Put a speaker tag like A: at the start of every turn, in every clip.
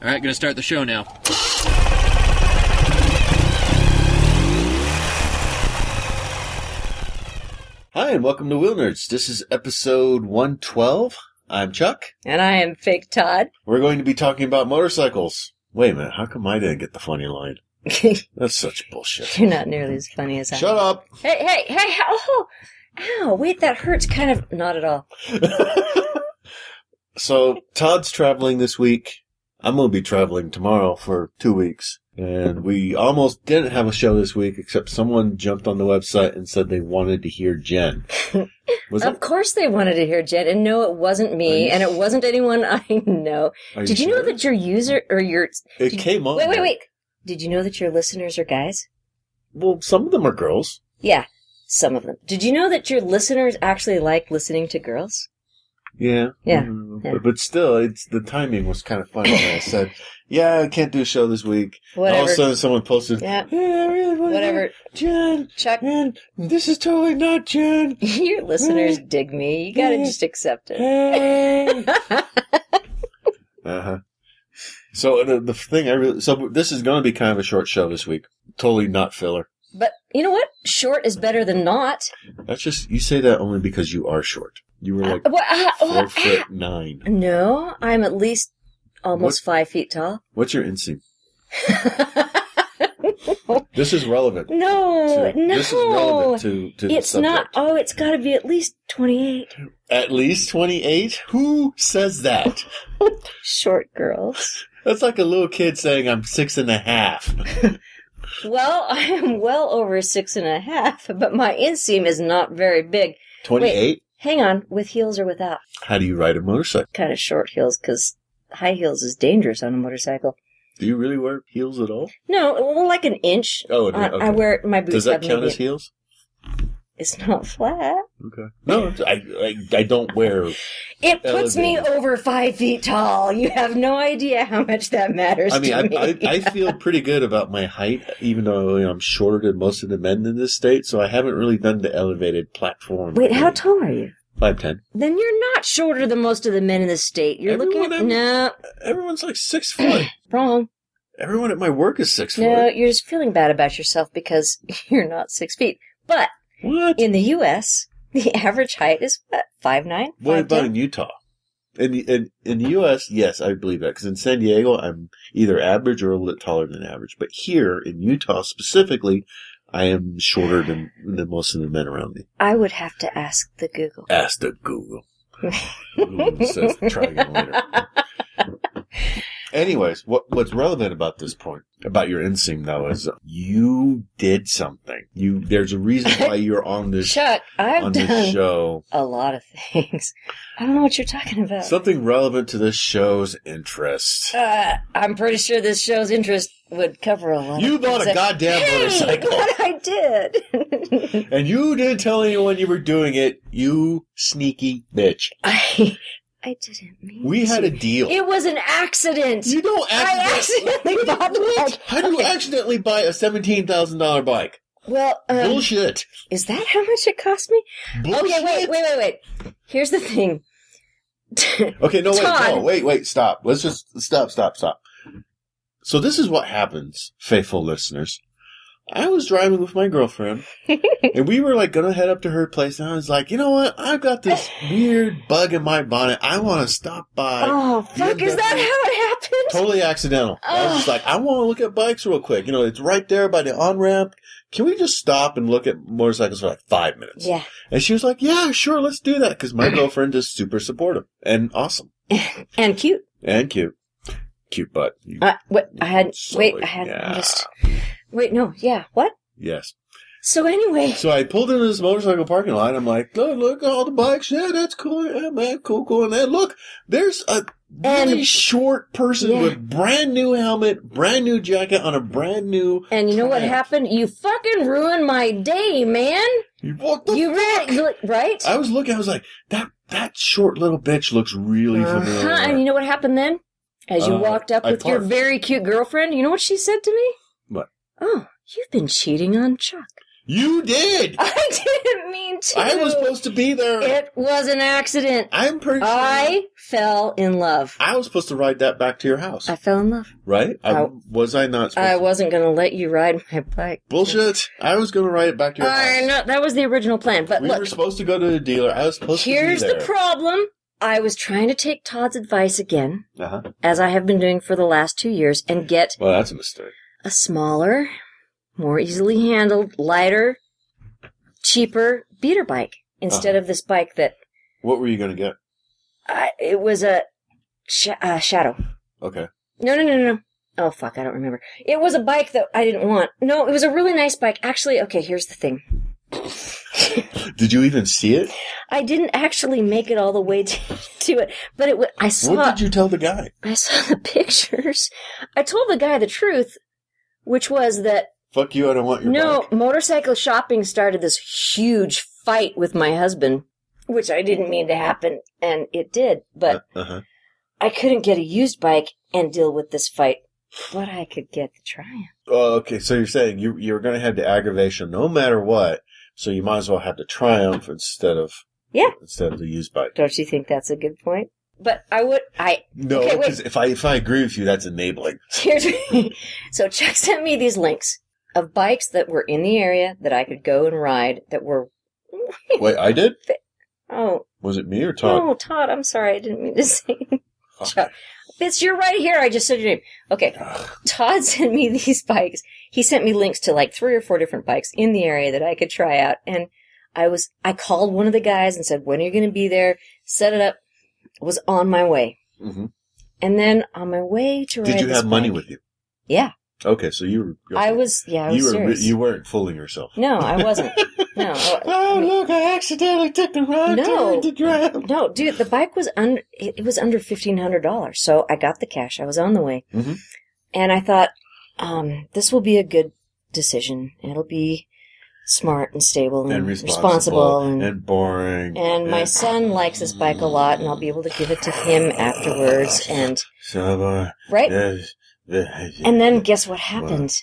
A: All right, gonna start the show now.
B: Hi, and welcome to Wheel Nerds. This is episode 112. I'm Chuck.
C: And I am Fake Todd.
B: We're going to be talking about motorcycles. Wait a minute, how come I didn't get the funny line?
C: You're
B: That's such bullshit.
C: not nearly as funny as I
B: Shut up!
C: Hey, hey, hey, oh, ow, wait, that hurts kind of. Not at all.
B: so, Todd's traveling this week. I'm going to be traveling tomorrow for two weeks. And we almost didn't have a show this week, except someone jumped on the website and said they wanted to hear Jen. Was
C: of course they wanted to hear Jed, and no, it wasn't
B: Are
C: me,
B: you
C: and it
B: s-
C: wasn't anyone I know.
B: Are
C: Did you know
B: sure? Oh,
C: that your user, or your.
B: It
C: did-
B: came on.
C: Wait, wait,
B: there.
C: wait. Did you know that your listeners are guys?
B: Well, some of them are girls.
C: Yeah, some of them. Did you know that your listeners actually like listening to girls?
B: Yeah.
C: Yeah,
B: Mm,
C: yeah.
B: But, but still, it's the timing was kind of funny. when I said, "Yeah, I can't do a show this week." And all of a
C: Whatever.
B: sudden, someone posted,
C: Yeah.
B: "Yeah, I really want
C: Whatever.
B: Jen,
C: Chuck,
B: and this is totally not Jen."
C: your listeners dig me. You gotta
B: Yeah.
C: just accept it.
B: Hey. uh huh. So the, the thing I really so this is going to be kind of a short show this week. Totally not filler.
C: But you know what? Short is better than not.
B: That's just you say that only because you are short. You were like
C: Uh, what- uh,
B: four
C: what-
B: foot nine.
C: No, I'm at least almost five feet tall.
B: What's your inseam? This is relevant.
C: no,
B: to-
C: no.
B: This is relevant to, to the
C: it's not.
B: subject.
C: Oh, it's got to be at least 28.
B: At least 28? Who says that?
C: Short girls.
B: That's like a little kid saying, I'm six and a half.
C: Well, I am well over six and a half, but my inseam is not very big.
B: 28?
C: Hang on, with heels or without?
B: How do you ride a motorcycle?
C: Kind of short heels, because high heels is dangerous on a motorcycle.
B: Do you really wear heels at all?
C: No, well, like an inch.
B: Oh,
C: Uh,
B: okay.
C: I wear my boots.
B: Does that
C: have
B: count
C: maybe-
B: as heels?
C: It's not flat.
B: Okay. No, I, I, I don't wear.
C: It puts me
B: Elevated.
C: over five feet tall. You have no idea how much that matters
B: I mean,
C: to
B: I,
C: me.
B: I, I feel pretty good about my height, even though you know, I'm shorter than most of the men in this state, so I haven't really done the elevated platform.
C: Wait, how tall are you?
B: 5'10.
C: Then you're not shorter than most of the men in the state. You're
B: Everyone
C: looking
B: I'm-
C: no
B: Everyone's like six foot.
C: wrong.
B: Everyone at my work is six
C: No,
B: foot.
C: you're just feeling bad about yourself because you're not six feet. But
B: What?
C: in the U.S., the average height is what five nine.
B: What about in Utah? In the, in, in the U.S., yes, I believe that. Because in San Diego, I'm either average or a little bit taller than average. But here in Utah specifically, I am shorter than, than most of the men around me.
C: I would have to ask the Google.
B: Ask the Google. Google says try again later. Anyways, what what's relevant about this point about your inseam though is you did something. You there's a reason why you're on this
C: Chuck, I've
B: on
C: done
B: this show.
C: a lot of things. I don't know what you're talking about.
B: Something relevant to this show's interest.
C: Uh, I'm pretty sure this show's interest would cover a lot.
B: You
C: of
B: bought
C: things
B: a
C: that-
B: goddamn
C: Hey,
B: motorcycle,
C: What I did.
B: and you didn't tell anyone you were doing it. You sneaky bitch.
C: I, I didn't mean.
B: We had a
C: to.
B: deal.
C: It was an accident.
B: You don't
C: I
B: accidentally.
C: accidentally bought the bike.
B: How do you
C: Okay.
B: accidentally buy a seventeen thousand dollar bike?
C: Well, um,
B: Bullshit.
C: is that how much it cost me?
B: Bullshit.
C: Okay, wait, wait, wait, wait. Here's the thing.
B: Okay, no, wait, no,
C: Todd.
B: wait, wait, stop. Let's just stop, stop, stop. So this is what happens, faithful listeners. I was driving with my girlfriend, and we were like gonna head up to her place, and I was like, you know what? I've got this weird bug in my bonnet. I want to stop by.
C: oh fuck!
B: BMW.
C: Is that how it happened?
B: Totally accidental. I was just like, I want to look at bikes real quick. You know, it's right there by the on ramp. Can we just stop and look at motorcycles for like five minutes?
C: Yeah.
B: And she was like, Yeah, sure, let's do that. Because my girlfriend is super supportive and awesome.
C: And cute.
B: And cute. Cute butt. You-
C: Uh, wait, I had.
B: Sorry.
C: Wait, I hadn't
B: Yeah.
C: noticed. Wait, no. Yeah. What?
B: Yes.
C: So anyway.
B: So I pulled into this motorcycle parking lot. I'm like, look, look at all the bikes. Yeah, that's cool. Yeah, man, cool, cool. And then look, there's a really
C: And-
B: short person
C: Yeah.
B: with brand new helmet, brand new jacket on a brand new.
C: And you know what
B: track.
C: happened? You fucking ruined my day, man.
B: You what the
C: you really, you- right?
B: I was looking. I was like, that that short little bitch looks really familiar.
C: Uh-huh. And you know what happened then? As you
B: Uh,
C: walked up
B: I
C: with your
B: parked.
C: very cute girlfriend, you know what she said to me?
B: What?
C: Oh, you've been cheating on Chuck.
B: You did.
C: I didn't mean to.
B: I was supposed to be there.
C: It was an accident.
B: I'm pretty sure.
C: I fell in love.
B: I was supposed to ride that back to your house,
C: I fell in love.
B: right? I,
C: I-
B: was I not? Supposed
C: I
B: to-
C: wasn't going to let you ride my bike.
B: Bullshit! I was going to ride it back to your
C: I
B: house.
C: know that was the original plan, but
B: We
C: look,
B: were supposed to go to the dealer. I was supposed
C: here's
B: to be
C: the
B: there.
C: problem. I was trying to take Todd's advice again,
B: uh-huh.
C: as I have been doing for the last two years, and get
B: Well, that's a mistake.
C: a smaller, more easily handled, lighter, cheaper beater bike instead
B: Uh-huh.
C: of this bike that
B: What were you going to get?
C: I, it was a sh- uh, shadow.
B: Okay.
C: No, no, no, no. no. Oh fuck, I don't remember. It was a bike that I didn't want. No, it was a really nice bike. Actually, okay, here's the thing.
B: Did you even see it?
C: I didn't actually make it all the way to, to it, but it wa- I saw
B: What did you tell the guy?
C: I saw the pictures. I told the guy the truth, which was that
B: Fuck you! I don't want your
C: no,
B: bike.
C: motorcycle shopping started this huge fight with my husband, which I didn't mean to happen, and it did, but
B: Uh-huh.
C: I couldn't get a used bike and deal with this fight, but I could get the Triumph.
B: Oh, okay, so you're saying you you're going to have the aggravation no matter what, so you might as well have the Triumph instead of
C: Yeah.
B: instead of the used bike.
C: Don't you think that's a good point? But I would, I,
B: No,
C: Okay, wait.
B: because if I if I agree with you, that's enabling.
C: here's, so Chuck sent me these links of bikes that were in the area that I could go and ride that were,
B: Wait, I did.
C: oh,
B: Was it me or Todd? Ah,
C: no, Todd, I'm sorry, I didn't mean to say Chuck. Bitch, you're right here. I just said your name. Okay.
B: Ugh.
C: Todd sent me these bikes. He sent me links to like three or four different bikes in the area that I could try out. And I was, I called one of the guys and said, when are you going to be there? Set it up. Was on my way.
B: Mhm.
C: And then on my way to
B: Did
C: ride
B: you
C: this
B: have money
C: bike-
B: with you?
C: Yeah.
B: Okay, so you were. you're-
C: I was, yeah, I was
B: you were
C: serious.
B: you weren't fooling yourself.
C: no, I wasn't. no. I-
B: Oh look! I accidentally took the wrong
C: No.
B: turn to drown.
C: No, dude, the bike was under, it it was under $1,500. So I got the cash. I was on the way.
B: Mhm.
C: And I thought, um, this will be a good decision. It'll be smart and stable and,
B: And
C: Mm, responsible. and, and,
B: boring.
C: my son likes this bike a lot and I'll be able to give it to him afterwards. And,
B: So, uh,
C: right?
B: and
C: And then guess what happened?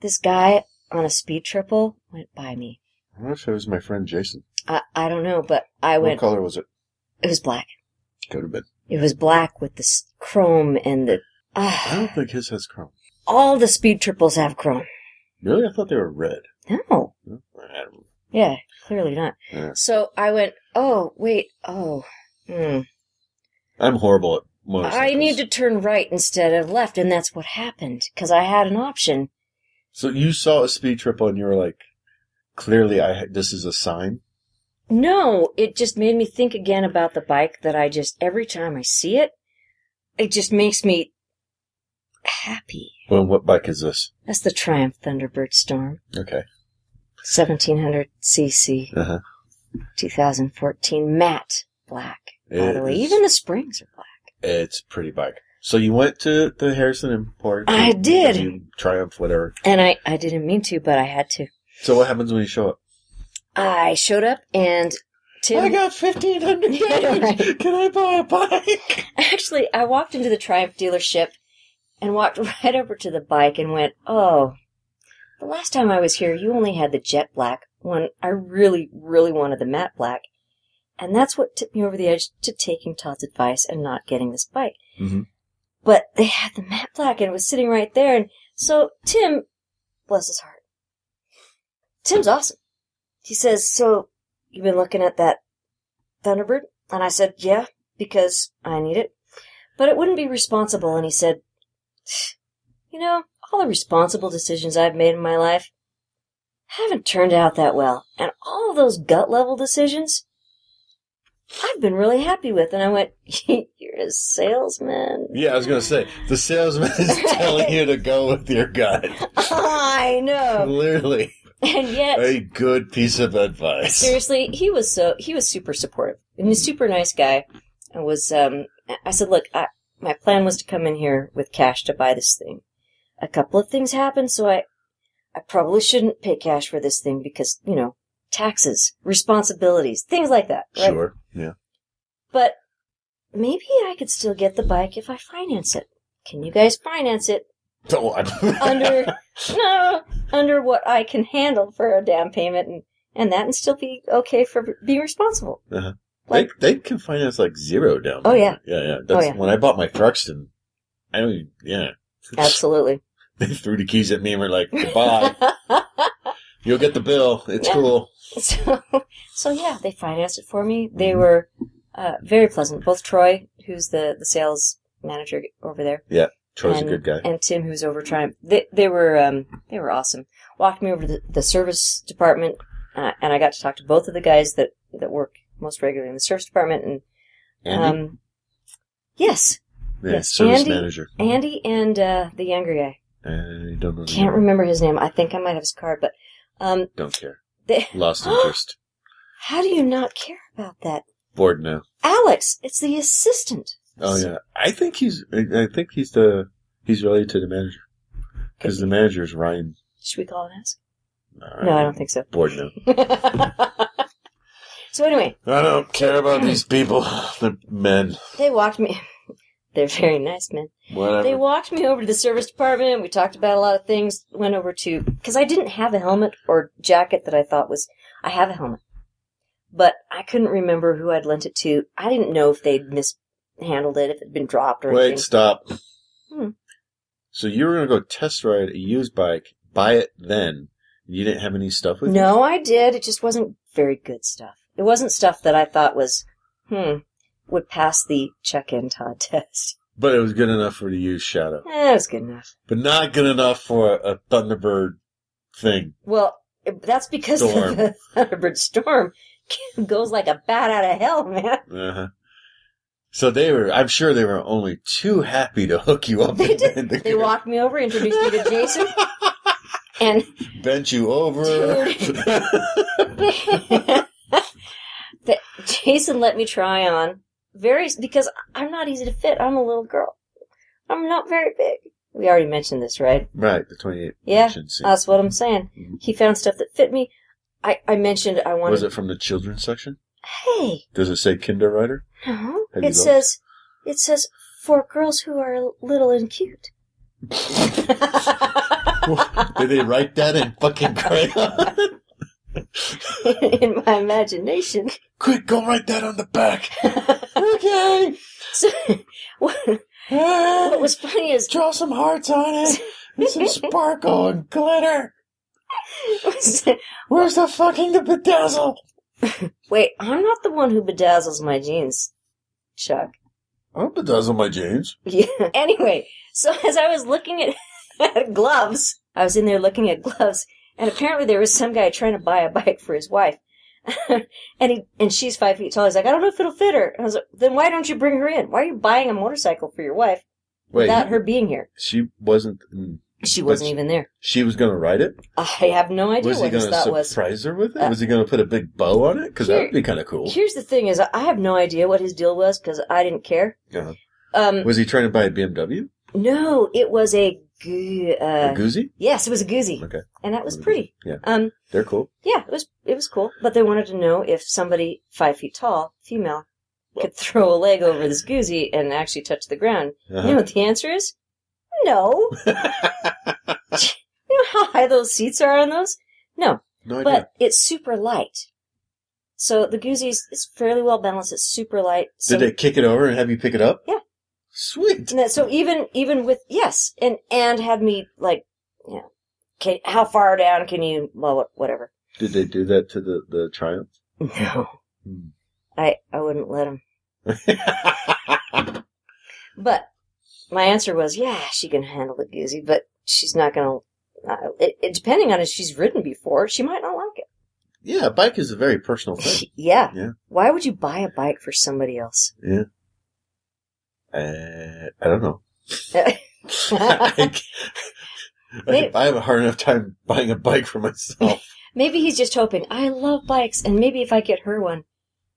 C: This guy on a speed triple went by me.
B: I don't know if it was my friend Jason.
C: I, I don't know, but I
B: what
C: went,
B: color was it?
C: it was black.
B: Could have been.
C: It was black with the s- chrome and the.
B: I
C: ah
B: don't think his has chrome.
C: all the speed triples have chrome.
B: Really, I thought they were red.
C: No.
B: I don't know.
C: Yeah, clearly not.
B: Yeah.
C: So I went, oh, wait, oh. Hmm.
B: I'm horrible at motorcycles.
C: I need to turn right instead of left, and that's what happened, because I had an option.
B: So you saw a speed triple, and you were like, "Clearly, I ha- this is a sign."
C: No, it just made me think again about the bike that I just, every time I see it, it just makes me happy.
B: Well, what bike is this?
C: That's the Triumph Thunderbird Storm.
B: Okay.
C: 1700cc,
B: Uh huh.
C: 2014, matte black, by the way. Even the springs are black.
B: it's a pretty bike. So you went to the Harrison Import.
C: I
B: you-
C: did.
B: you Triumph, whatever.
C: And I, I didn't mean to, but I had to.
B: So what happens when you show up?
C: I showed up and Tim.
B: got fifteen hundred
C: Right.
B: Can I buy a bike?
C: Actually, I walked into the Triumph dealership and walked right over to the bike and went, Oh, the last time I was here, you only had the jet black when I really, really wanted the matte black. And that's what tipped me over the edge to taking Todd's advice and not getting this bike.
B: Mhm.
C: But they had the matte black and it was sitting right there. And so Tim, bless his heart, Tim's awesome. He says, So you've been looking at that Thunderbird? And I said, Yeah because I need it. But it wouldn't be responsible. And he said, You know, all the responsible decisions I've made in my life haven't turned out that well. And all of those gut level decisions I've been really happy with. And I went, You're a salesman.
B: Yeah, I was gonna say the salesman is telling you to go with your gut.
C: I know.
B: Literally,
C: And yet.
B: a good piece of advice.
C: Seriously, he was so he was super supportive and he's a super nice guy. I was um I said, look, I, my plan was to come in here with cash to buy this thing. A couple of things happened, so I I probably shouldn't pay cash for this thing because you know taxes, responsibilities, things like that. Right?
B: Sure. Yeah.
C: But maybe I could still get the bike if I finance it. Can you guys finance it
B: Don't.
C: under no under what I can handle for a down payment and, and that and still be okay for being responsible.
B: Uh-huh. They, they can finance like zero down.
C: Oh, yeah.
B: yeah, yeah. That's
C: yeah.
B: when I bought my Truxton. I don't. Even, yeah,
C: Absolutely.
B: they threw the keys at me and were like, "Goodbye. You'll get the bill. It's
C: Yeah.
B: cool."
C: so, so yeah, they financed it for me.
B: Mm-hmm.
C: They were uh, very pleasant. Both Troy, who's the, the sales manager over there,
B: Troy's
C: And-
B: a good guy.
C: and Tim, who's over Triumph, they, they were um, they were awesome. Walked me over to the, the service department, uh, and I got to talk to both of the guys that that work most regularly in the service department. And
B: Andy,
C: um, yes,
B: yeah,
C: yes,
B: service
C: Andy-
B: manager.
C: Andy and uh, the younger guy.
B: I don't know. the
C: Can't
B: name.
C: remember his name. I think I might have his card, but um,
B: Don't care.
C: they,
B: Lost interest.
C: how do you not care about that?
B: Bored now.
C: Alex, it's the assistant.
B: Oh yeah, I think he's. I I think he's the. He's related to the manager because the manager is Ryan. uh,
C: Should we call and ask? No, I don't think so.
B: Bored now.
C: so anyway,
B: I don't care about these people. They're men.
C: they walked me. They're very nice men.
B: Whatever.
C: They walked me over to the service department. We talked about a lot of things. Went over to because I didn't have a helmet or jacket that I thought was. I have a helmet, but I couldn't remember who I'd lent it to. I didn't know if they'd mishandled it, if it'd been dropped or
B: Wait,
C: anything.
B: stop.
C: Hmm.
B: So you were gonna go test ride a used bike, buy it then. You didn't have any stuff with you.
C: No, I did. It just wasn't very good stuff. It wasn't stuff that I thought was hmm would pass the check-in Todd test.
B: but it was good enough for the used Shadow,
C: Eh, it was good enough.
B: but not good enough for a, a Thunderbird thing.
C: Well, that's because
B: Storm.
C: the Thunderbird storm goes like a bat out of hell, man.
B: Uh-huh. So they were. I'm sure they were only too happy to hook you up.
C: They
B: and-
C: did.
B: and
C: They walked me over, introduced me to Jason, and
B: bent you over.
C: the- Jason let me try on very because I'm not easy to fit. I'm a little girl. I'm not very big. We already mentioned this, right?
B: right, the 28.
C: Yeah,
B: inch inseam.
C: That's what I'm saying.
B: Mhm.
C: He found stuff that fit me. I, I mentioned I wanted.
B: Was it from the children's section?
C: Hey,
B: Does it say Kinder Rider?
C: no.
B: Have you
C: It
B: looked?
C: says it says for girls who are little and cute.
B: Did they write that in fucking crayon?
C: In my imagination.
B: Quick, go write that on the back. okay.
C: So, what, what was funny is
B: Draw some hearts on it. And some sparkle and glitter.
C: was-
B: Where's the fucking the bedazzle?
C: wait, I'm not the one who bedazzles my jeans, Chuck.
B: I don't bedazzle my jeans.
C: Yeah. Anyway, so as I was looking at, at gloves, I was in there looking at gloves, and apparently there was some guy trying to buy a bike for his wife. and he and she's five feet tall. He's like, I don't know if it'll fit her. And I was like, then why don't you bring her in? Why are you buying a motorcycle for your wife
B: Wait,
C: without her being here?
B: she wasn't.
C: She wasn't
B: That's-
C: even there.
B: She was gonna write it.
C: I have no idea
B: was he
C: what his
B: going
C: thought
B: to
C: was.
B: surprise her with it?
C: Uh,
B: was he going to put a big bow on it? Because that
C: here-
B: would be kind of cool.
C: Here's the thing: is I have no idea what his deal was because I didn't care.
B: Uh-huh.
C: Um,
B: Was he trying to buy a BMW?
C: no, it was a goo.
B: A
C: Uh,
B: Guzzi?
C: yes, it was a goozy,
B: Okay.
C: and that was pretty.
B: Yeah.
C: Um,
B: They're cool.
C: Yeah, it was it was cool, but they wanted to know if somebody five feet tall, female, could throw a leg over this goozy and actually touch the ground. You know
B: Uh-huh.
C: what the answer is? No. You know how high those seats are on those?
B: no idea.
C: But it's super light. So the goozy is is fairly well balanced. It's super light. So,
B: Did they kick it over and have you pick it up?
C: Yeah.
B: Sweet.
C: and that- so even even with yes, and and had me like, you know, okay, how far down can you? Well, what- whatever.
B: Did they do that to the, the Triumph?
C: No,
B: Hmm.
C: I I wouldn't let him. But my answer was, yeah, she can handle the goozy, but she's not going to. Uh, it, it, depending on if she's ridden before, she might not like
B: yeah, a bike is a very personal thing.
C: it. yeah.
B: Yeah.
C: Why would you buy a bike for somebody else?
B: Uh, I don't know. I,
C: Maybe
B: c- I could- I have a hard enough time buying a bike for myself.
C: he's just hoping, I love bikes, and maybe if I get her one,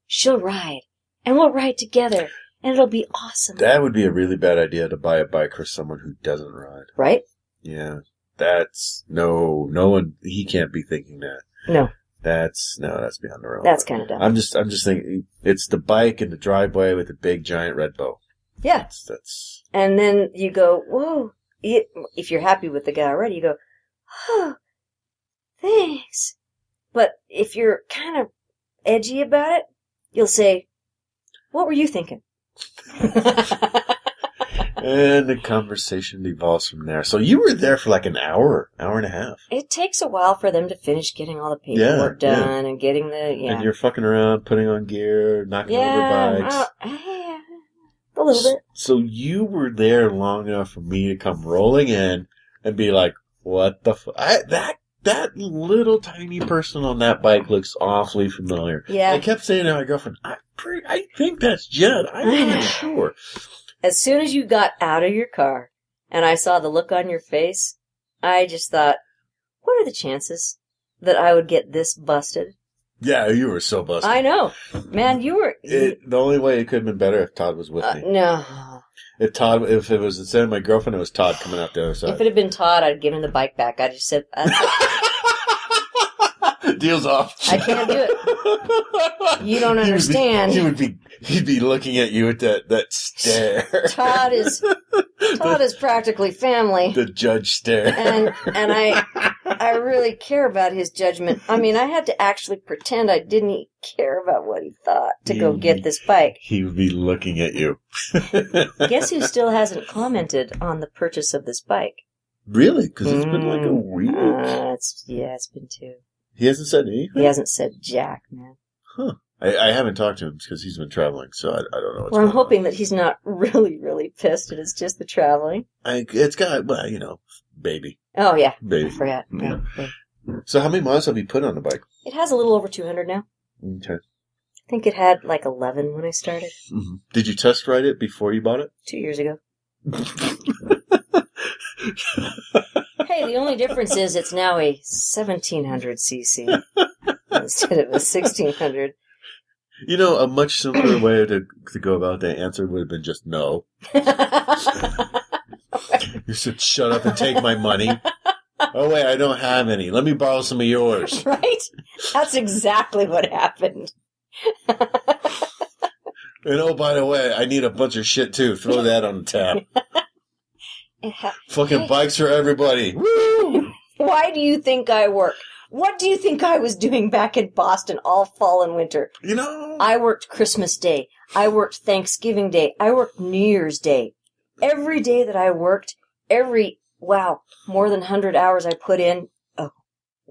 C: she'll ride, and we'll ride together, and it'll be awesome.
B: that would be a really bad idea to buy a bike for someone who doesn't ride.
C: right?
B: Yeah, that's no, no one. He can't be thinking that.
C: No.
B: that's no, that's beyond the realm.
C: That's kind of dumb.
B: I'm just, I'm just thinking it's the bike in the driveway with the big giant red bow.
C: yeah.
B: That's, that's
C: And then you go, whoa. You- If you're happy with the guy already, you go, oh, thanks. But if you're kind of edgy about it, you'll say, what were you thinking?
B: And the conversation evolves from there. So you were there for like an hour, hour and a half.
C: It takes a while for them to finish getting all the
B: Yeah,
C: paperwork
B: yeah.
C: done and getting the, yeah.
B: And you're fucking around, putting on gear, knocking over bikes.
C: uh, yeah, a little bit.
B: So you were there long enough for me to come rolling in and be like, "What the fu- I, that that little tiny person on that bike looks awfully familiar." I
C: Yeah.
B: kept saying to my girlfriend, "I pre- I think that's Jed. I'm not sure."
C: As soon as you got out of your car and I saw the look on your face, I just thought, what are the chances that I would get this busted?
B: Yeah, you were so busted.
C: I know, man. You were
B: It, the only way it could have been better if Todd was with
C: uh,
B: me.
C: no.
B: If Todd, if it was instead of my girlfriend, it was Todd coming out the other
C: If
B: side.
C: it had been Todd, I'd given him the bike back. I just said, uh, I,
B: Deals off.
C: I can't do it.
B: it.
C: You don't understand.
B: He would be. He'd be looking at you with that that stare.
C: Todd is Todd is practically family,
B: the judge stare.
C: and and I I really care about his judgment. I mean, I had to actually pretend I didn't care about what he thought to go get this bike.
B: he would be looking at you.
C: Guess who still hasn't commented on the purchase of this bike?
B: really? Because it's been like a
C: Mm.
B: week.
C: Uh, it's, yeah, it's been two.
B: he hasn't said anything.
C: He hasn't said jack, man.
B: I, I haven't talked to him because he's been traveling, so I, I don't know. What's
C: Well,
B: going
C: I'm
B: on.
C: hoping that he's not really, really pissed and it's just the traveling.
B: I, it's got well, you know, baby,
C: Oh, yeah. I
B: baby.
C: forgot. Yeah. yeah.
B: So how many miles have you put on the bike?
C: It has a little over 200 now.
B: Okay.
C: I think it had like 11 when I started
B: Mhm. Did you test ride it before you bought it?
C: two years ago. hey, the only difference is it's now a 1700cc instead of a 1600.
B: You know, a much simpler way to to go about the answer would have been just no. You said, "Shut up and take my money." oh wait, I don't have any. Let me borrow some of yours.
C: right? That's exactly what happened.
B: And oh, by the way, I need a bunch of shit too. Throw that on the tap.
C: It ha-
B: Fucking bikes for everybody.
C: Woo! Why do you think I work? What do you think I was doing back in Boston all fall and winter?
B: You know,
C: I worked Christmas Day. I worked Thanksgiving Day. I worked New Year's Day. Every day that I worked, every, wow, more than 100 hours I put in a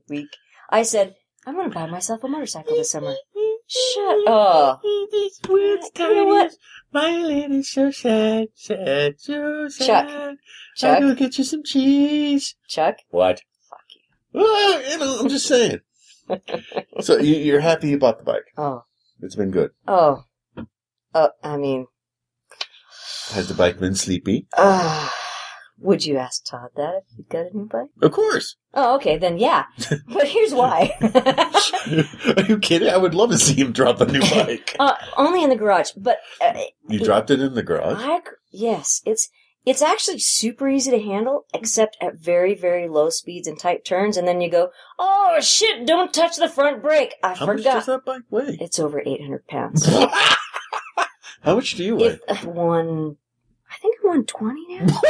C: week, I said, I'm going to buy myself a motorcycle this summer. Shut up.
B: This weird
C: You know what?
B: My lady's so sad, sad, so
C: Chuck. Chuck,
B: go get you some cheese.
C: Chuck,
B: What? Well, you know, I'm just saying. so you, you're happy you bought the bike.
C: oh,
B: It's been good.
C: oh, oh, I mean,
B: Has the bike been sleepy?
C: uh, would you ask Todd that if you got a new bike?
B: Of course.
C: Oh, okay, then yeah. But here's why.
B: Are you kidding? I would love to see him drop a new bike.
C: uh, only in the garage, but uh,
B: You dropped it in the garage.
C: I gr- yes, it's it's actually super easy to handle, except at very very low speeds and tight turns, and then you go, oh shit, don't touch the front brake. I
B: How much does that
C: forgot.
B: bike weigh?
C: It's over eight hundred pounds.
B: How much do you weigh?
C: if uh, one, I think I'm on twenty now.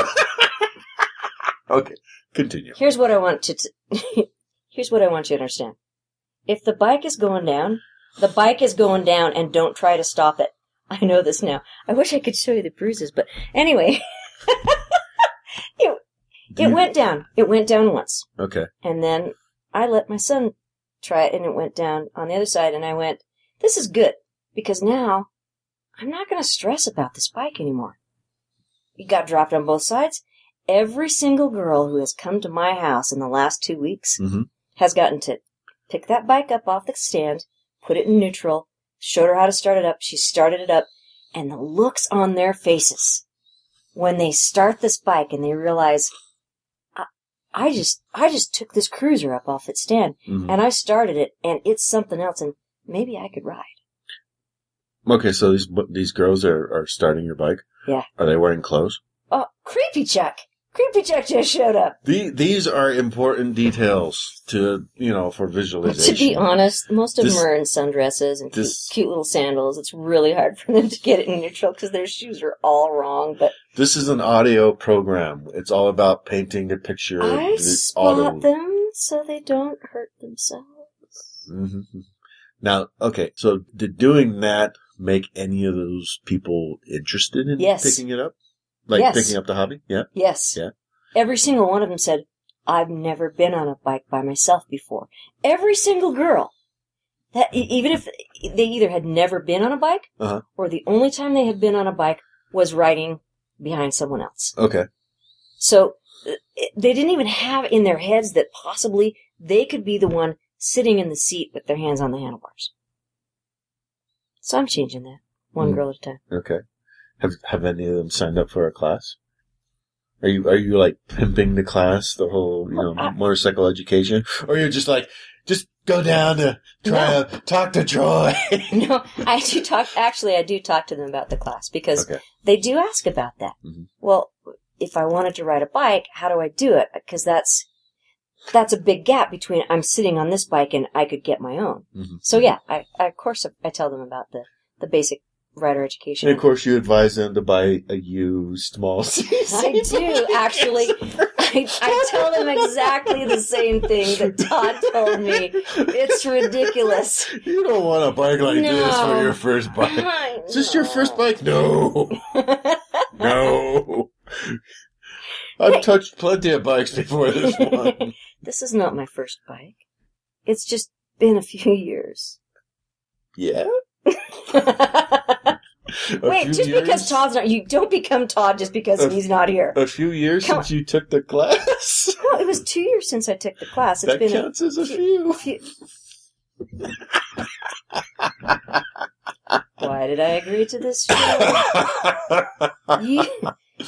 B: Okay, continue.
C: Here's what I want to. T- Here's what I want you to understand. If the bike is going down, the bike is going down, and don't try to stop it. I know this now. I wish I could show you the bruises, but anyway, it
B: You-
C: went down. It went down once,
B: Okay.
C: and then I let my son try it, and it went down on the other side, and I went, "This is good because now I'm not going to stress about this bike anymore." It got dropped on both sides. Every single girl who has come to my house in the last two weeks
B: hmm
C: has gotten to pick that bike up off the stand, put it in neutral, showed her how to start it up. She started it up, and the looks on their faces when they start this bike and they realize, I, I just, I just took this cruiser up off its stand
B: hmm
C: and I started it, and it's something else, and maybe I could ride.
B: Okay, so these these girls are, are starting your bike.
C: Yeah.
B: Are they wearing clothes?
C: Oh, creepy Chuck! Creepy Chuck just showed up.
B: The, these are important details to you know for
C: To
B: visualization.
C: be honest, most of
B: This-
C: them are in sundresses and cute,
B: this-
C: cute little sandals. It's really hard for them to get it in neutral because their shoes are all wrong. But
B: This is an audio program. It's all about painting a picture.
C: I
B: the auto-
C: spot them so they don't hurt themselves.
B: Mm-hmm. Now, okay, so did doing that make any of those people interested in
C: Yes.
B: picking it up? Like
C: Yes.
B: picking up the hobby? Yeah.
C: Yes.
B: Yeah.
C: Every single one of them said, I've never been on a bike by myself before. Every single girl. That, e- even if they either had never been on a bike,
B: Uh-huh.
C: or the only time they had been on a bike was riding behind someone else.
B: Okay.
C: So uh, it- they didn't even have in their heads that possibly they could be the one sitting in the seat with their hands on the handlebars. So I'm changing that one
B: Hmm.
C: girl at a time.
B: Okay. Have have any of them signed up for a class? Are you are you like pimping the class, the whole you know
C: Well, I-
B: motorcycle education, or you're just like just go down to try to talk to Troy?
C: No, I do talk. Actually, I do talk to them about the class because
B: okay.
C: they do ask about that.
B: Mhm.
C: Well, if I wanted to ride a bike, how do I do it? Because that's that's a big gap between I'm sitting on this bike and I could get my own.
B: Mhm.
C: So yeah, I, I of course I tell them about the the basic rider education.
B: And of course, you advise them to buy a used small
C: I do actually. I, I tell them exactly the same thing that Todd told me. It's ridiculous.
B: You don't want a bike like this for
C: No.
B: your first bike.
C: I
B: Is this your first bike? No, no.
C: know.
B: I've touched plenty of bikes before this one.
C: this is not my first bike. It's just been a few years.
B: Yeah.
C: Wait,
B: A few
C: just
B: years- Uh,
C: because Todd's not you don't become Todd just because
B: A-
C: he's not here.
B: a few years
C: Come
B: since you took the class.
C: No, it was two years since I took the class. It's
B: that
C: been
B: counts as a
C: few- a
B: few.
C: few. Why did I agree to this? show? You,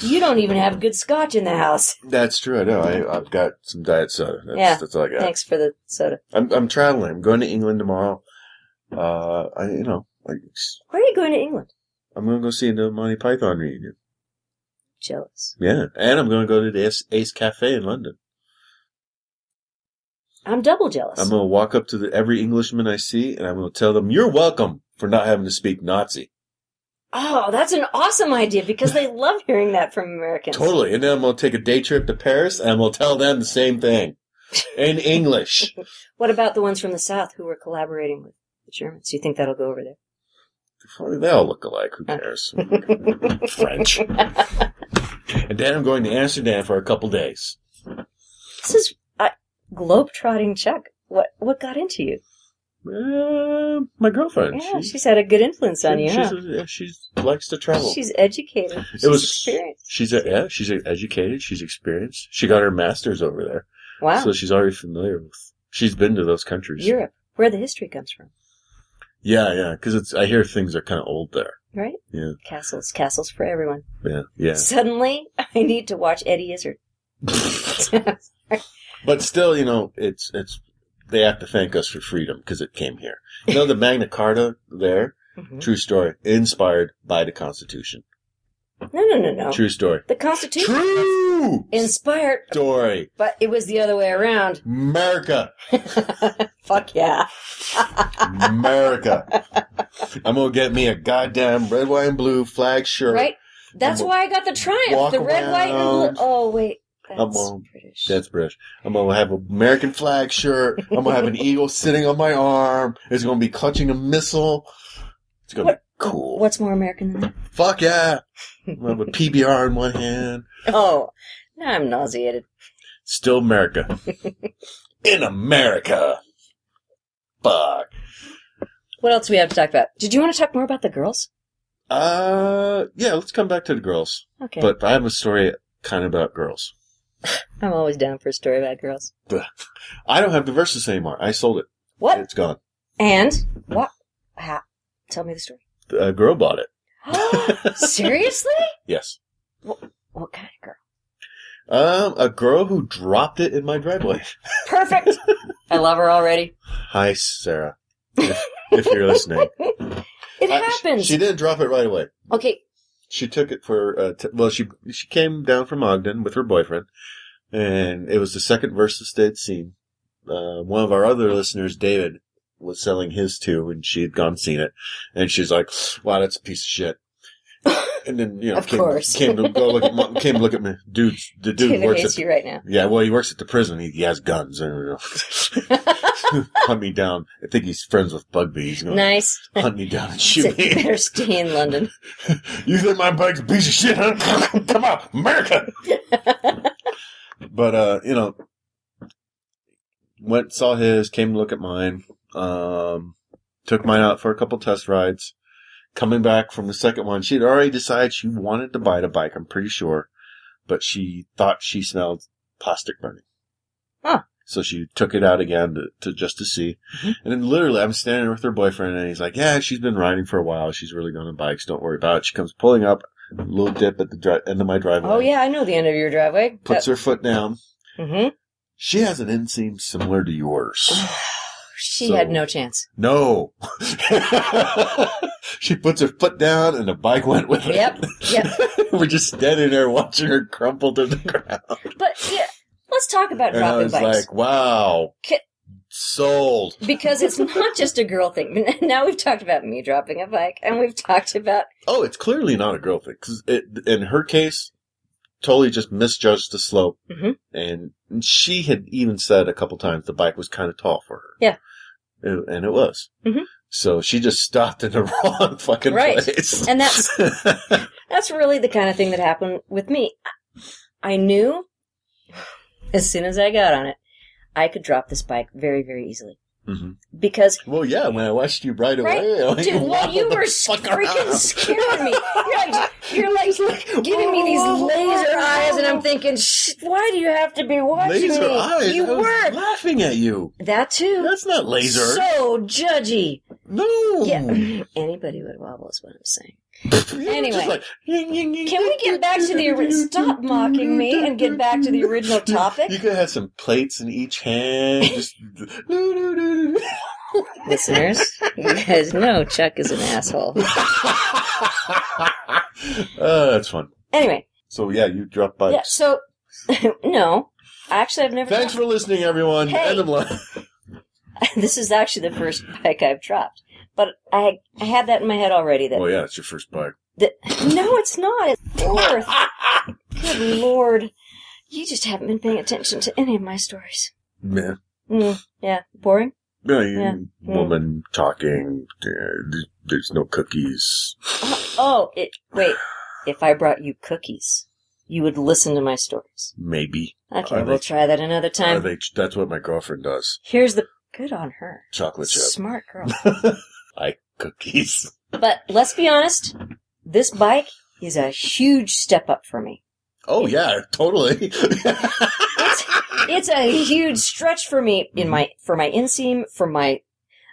C: you don't even have good scotch in the house.
B: That's true. I know. I, I've got some diet soda. That's,
C: Yeah.
B: that's all I got.
C: Thanks for the soda.
B: I'm, I'm traveling. I'm going to England tomorrow. Uh, I, you know, like,
C: Why are you going to England?
B: I'm going to go see the Monty Python reunion.
C: Jealous.
B: Yeah, and I'm going to go to the Ace, Ace Cafe in London.
C: I'm double jealous.
B: I'm going to walk up to the, every Englishman I see, and I'm going to tell them, "You're welcome for not having to speak Nazi."
C: oh, that's an awesome idea because they love hearing that from Americans.
B: Totally. And then I'm going to take a day trip to Paris, and I'm going to tell them the same thing in English.
C: What about the ones from the South who were collaborating with the Germans? Do you think that'll go over there?
B: They all look alike. Who cares? French. and then I'm going to Amsterdam for a couple days.
C: This is uh, globetrotting Chuck. What what got into you?
B: Uh, my girlfriend.
C: Yeah,
B: she,
C: she's had a good influence on you.
B: she's
C: huh?
B: a- yeah, she's- likes to travel.
C: She's educated. She's
B: was-
C: experienced.
B: She's a, yeah, she's a- educated. She's experienced. She got her master's over there,
C: Wow,
B: so she's already familiar with. She's been to those countries.
C: Europe, where the history comes from,
B: Yeah, yeah, because it's. I hear things are kind of old there.
C: right?
B: Yeah.
C: Castles, castles for everyone.
B: Yeah, yeah.
C: Suddenly, I need to watch Eddie Izzard.
B: Mm-hmm. But still, you know, it's it's. They have to thank us for freedom because it came here. You know, the Magna Carta there.
C: Mhm.
B: True story. Inspired by the Constitution.
C: No, no, no, no.
B: True story.
C: The Constitution was
B: True
C: inspired,
B: story.
C: but it was the other way around.
B: America.
C: Fuck yeah.
B: America. I'm gonna get me a goddamn red, white, and blue flag shirt.
C: Right? That's
B: I'm-
C: why I got the triumph.
B: Walk
C: The red, white, and
B: around.
C: blue. Oh, wait. That's
B: I'm on-
C: British.
B: That's British. I'm gonna have an American flag shirt. I'm gonna have an eagle sitting on my arm. It's gonna be clutching a missile. It's gonna
C: What-
B: be cool.
C: What's more American than that?
B: Fuck yeah! I'm gonna have a PBR in one hand.
C: Oh, now I'm nauseated.
B: Still America. in America. Fuck.
C: What else do we have to talk about? Did you want to talk more about the girls?
B: Uh, yeah. Let's come back to the girls.
C: Okay.
B: But I have a story kind of about girls.
C: I'm always down for a story about girls.
B: I don't have the verses anymore. I sold it.
C: What?
B: It's gone.
C: And what? How? Tell me the story.
B: A girl bought it.
C: Seriously?
B: Yes.
C: What kind of girl?
B: Um, a girl who dropped it in my driveway.
C: Perfect. I love her already.
B: Hi, Sarah. If, if you're listening,
C: It
B: Uh, sh-
C: happens.
B: She didn't drop it right away.
C: okay.
B: She took it for uh, t- well. She she came down from Ogden with her boyfriend, and it was the second versus they'd seen. Uh, one of our other listeners, David, was selling his too, and she had gone and seen it, and she's like, "Wow, that's a piece of shit." and then you know,
C: Of
B: Kim,
C: course.
B: Kim, go look at Mom- Kim, look at me, dude. The dude
C: Dude
B: works at
C: hates
B: the,
C: you right now.
B: yeah, well, he works at the prison. He, he has guns. Hunt me down. I think he's friends with Bugby. He's gonna
C: nice.
B: hunt me down and
C: So
B: shoot
C: you
B: me.
C: better stay in London.
B: you think my bike's a piece of shit? Huh? Come on, America. but uh, you know, went saw his, came to look at mine. Um, took mine out for a couple test rides. Coming back from the second one, she had already decided she wanted to buy the bike. I'm pretty sure, but she thought she smelled plastic burning.
C: Huh.
B: So she took it out again to, to just to see.
C: Mhm.
B: And then literally, I'm standing there with her boyfriend, and he's like, "Yeah, she's been riding for a while. She's really good on bikes. Don't worry about it." She comes pulling up, little dip at the dri- end of my driveway.
C: Oh yeah, I know the end of your driveway.
B: Puts her foot down.
C: hmm
B: She has an inseam similar to yours.
C: She
B: So-
C: had no chance.
B: No. she puts her foot down and the bike went with it.
C: Yep, yep.
B: We're just standing there watching her crumple to the ground.
C: But yeah, let's talk about
B: And I
C: dropping
B: was
C: bikes
B: like, wow.
C: Ki-
B: Sold.
C: because it's not just a girl thing. Now we've talked about me dropping a bike, and we've talked about
B: Oh, it's clearly not a girl thing. 'cause it, in her case, totally just misjudged the slope.
C: Mhm.
B: And she had even said a couple times the bike was kind of tall for her.
C: Yeah.
B: It- and it was.
C: Mhm.
B: So she just stopped in the wrong fucking
C: Right.
B: place.
C: And that's- that's really the kind of thing that happened with me. I knew as soon as I got on it, I could drop this bike very, very easily
B: Mhm.
C: because
B: Well, yeah, when I watched you right
C: Mm-hmm. Right?
B: away, I
C: Dude, well,
B: waddled
C: you
B: the
C: were
B: fuck
C: freaking
B: around.
C: scaring me. You're like, you're like, giving me these laser eyes, and I'm thinking, Shh, why do you have to be watching
B: laser
C: me?
B: eyes.
C: You
B: I was
C: were
B: laughing at you.
C: that too.
B: That's not laser.
C: So judgy.
B: no.
C: Yeah,
B: You
C: anybody would wobble is what I'm saying.
B: were just
C: Anyway.
B: like, "Ying, ying, ying,
C: Can we get back to the ori- stop mocking me and get back to the original topic?
B: You could have some plates in each hand. Just, no, no, no, no,
C: Listeners, you guys know Chuck is an asshole.
B: no. uh, that's fun.
C: Anyway,
B: So yeah, you dropped by.
C: yeah. So no, actually, I've never.
B: Thanks for listening, everyone.
C: Hey.
B: End of line.
C: this is actually the first bike I've dropped, but I I had that in my head already. That
B: Well, Oh, yeah, it's your first bike.
C: The, no, it's not. It's fourth. Good lord. You just haven't been paying attention to any of my stories.
B: Man,
C: Mm, yeah, boring?
B: Yeah,
C: Yeah.
B: you woman talking. uh, th- There's no cookies.
C: Oh, it, wait. If I brought you cookies, you would listen to my stories.
B: Maybe
C: Okay,
B: Are
C: we'll
B: they-
C: try that another
B: I
C: time.
B: think that's what my girlfriend does.
C: Here's the good on her.
B: Chocolate chip
C: Smart girl.
B: cookies.
C: but let's be honest, this bike is a huge step up for me.
B: Oh yeah, totally.
C: It's, it's a huge stretch for me in my for my inseam, for my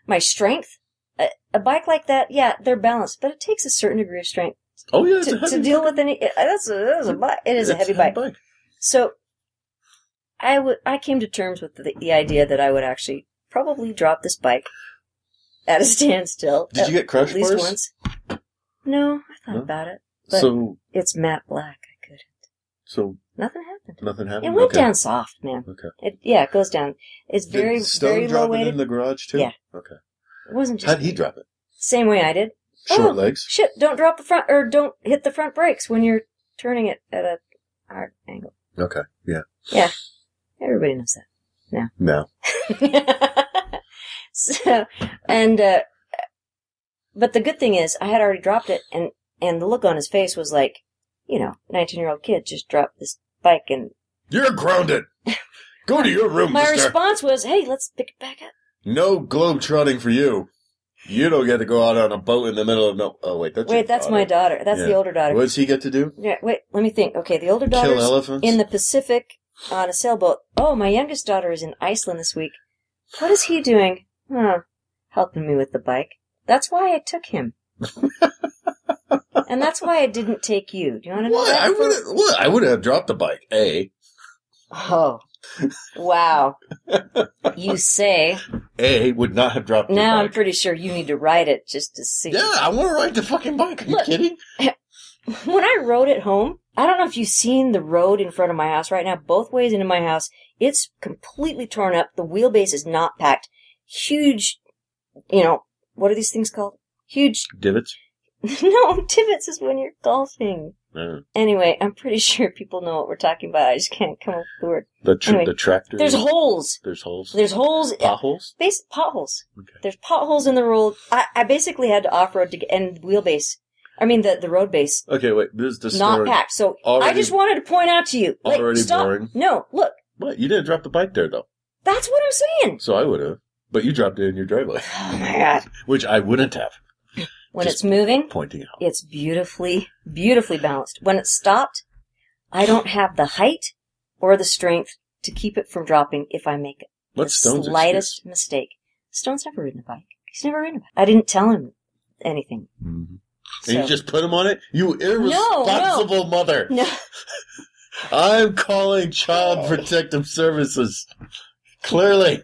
C: my strength. A, a bike like that, yeah, they're balanced, but it takes a certain degree of strength.
B: oh yeah, it's
C: to,
B: a heavy
C: to deal with any. it- That's a, that's a bike. It is a
B: it's
C: heavy bike. So I would I came to terms with the, the idea that I would actually probably drop this bike at a standstill.
B: Did
C: Uh, at
B: you get crash
C: least
B: bars?
C: once? No, I thought
B: No?
C: about it. But
B: So
C: it's matte black. I could.
B: so
C: Nothing happened.
B: nothing
C: It
B: happened.
C: went
B: Okay.
C: down soft, man.
B: Okay.
C: It, yeah, it goes down. It's
B: Did
C: very
B: Stone
C: very
B: drop
C: low
B: it in
C: weighted.
B: the garage too.
C: Yeah.
B: Okay.
C: It wasn't just
B: How'd he drop it?
C: same way I did.
B: Short
C: Oh.
B: legs.
C: Shit! Don't drop the front or don't hit the front brakes when you're turning it at a hard angle.
B: Okay. Yeah.
C: Everybody knows that.
B: No.
C: so and uh but the good thing is i had already dropped it and and the look on his face was like you know 19 year old kid just dropped this bike and
B: You're grounded. Go to your room,
C: my
B: mister.
C: response was hey let's pick it back up
B: No globe trotting for you. You don't get to go out on a boat in the middle of no. Oh wait, that's your
C: wait that's my daughter that's the
B: Yeah.
C: older daughter
B: What does he get to do?
C: yeah, wait let me think okay the older
B: Kill
C: daughter's
B: elephants?
C: in the pacific on a sailboat oh my youngest daughter is in iceland this week what is he doing huh helping me with the bike that's why i took him and that's why i didn't take you do you want to know
B: what?
C: that
B: I
C: for-
B: would have. What? I would have dropped the bike. A.
C: Oh, wow. you say.
B: A would not have dropped
C: Now
B: the
C: I'm
B: bike.
C: pretty sure you need to ride it just to see.
B: yeah, I want to ride the fucking bike. Are you
C: Look.
B: kidding?
C: When I rode it home, I don't know if you've seen the road in front of my house right now, both ways into my house. It's completely torn up. The wheelbase is not packed. Huge, you know, what are these things called? Huge,
B: Divots.
C: no, Tibbetts is when you're golfing.
B: Uh,
C: Anyway, I'm pretty sure people know what we're talking about. I just can't come up with the word.
B: the tr-
C: Anyway,
B: the tractor.
C: There's holes.
B: There's holes.
C: There's holes.
B: potholes.
C: Base potholes.
B: Okay.
C: There's potholes in the road. I, I basically had to off road to get and wheelbase. I mean the the road base,
B: Okay, wait. This this
C: not
B: story.
C: packed. So I
B: Already-
C: just wanted to point out to you. Like,
B: already
C: stop.
B: boring.
C: No, look.
B: What? You didn't drop the bike there though,
C: That's what I'm saying.
B: so I would have. But you dropped it in your driveway,
C: Oh my god.
B: which I wouldn't have.
C: When
B: Just-
C: it's moving,
B: Pointing out.
C: it's beautifully, beautifully balanced. When it's stopped, I don't have the height or the strength to keep it from dropping if I make it.
B: What's
C: the
B: Stone's
C: slightest mistake. Stone's never ridden a bike. He's never ridden a bike. I didn't tell him anything.
B: hmm
C: Mm-hmm. So-
B: And you just put him on it? You irresponsible mother!
C: no.
B: I'm calling Child Protective Services. Clearly.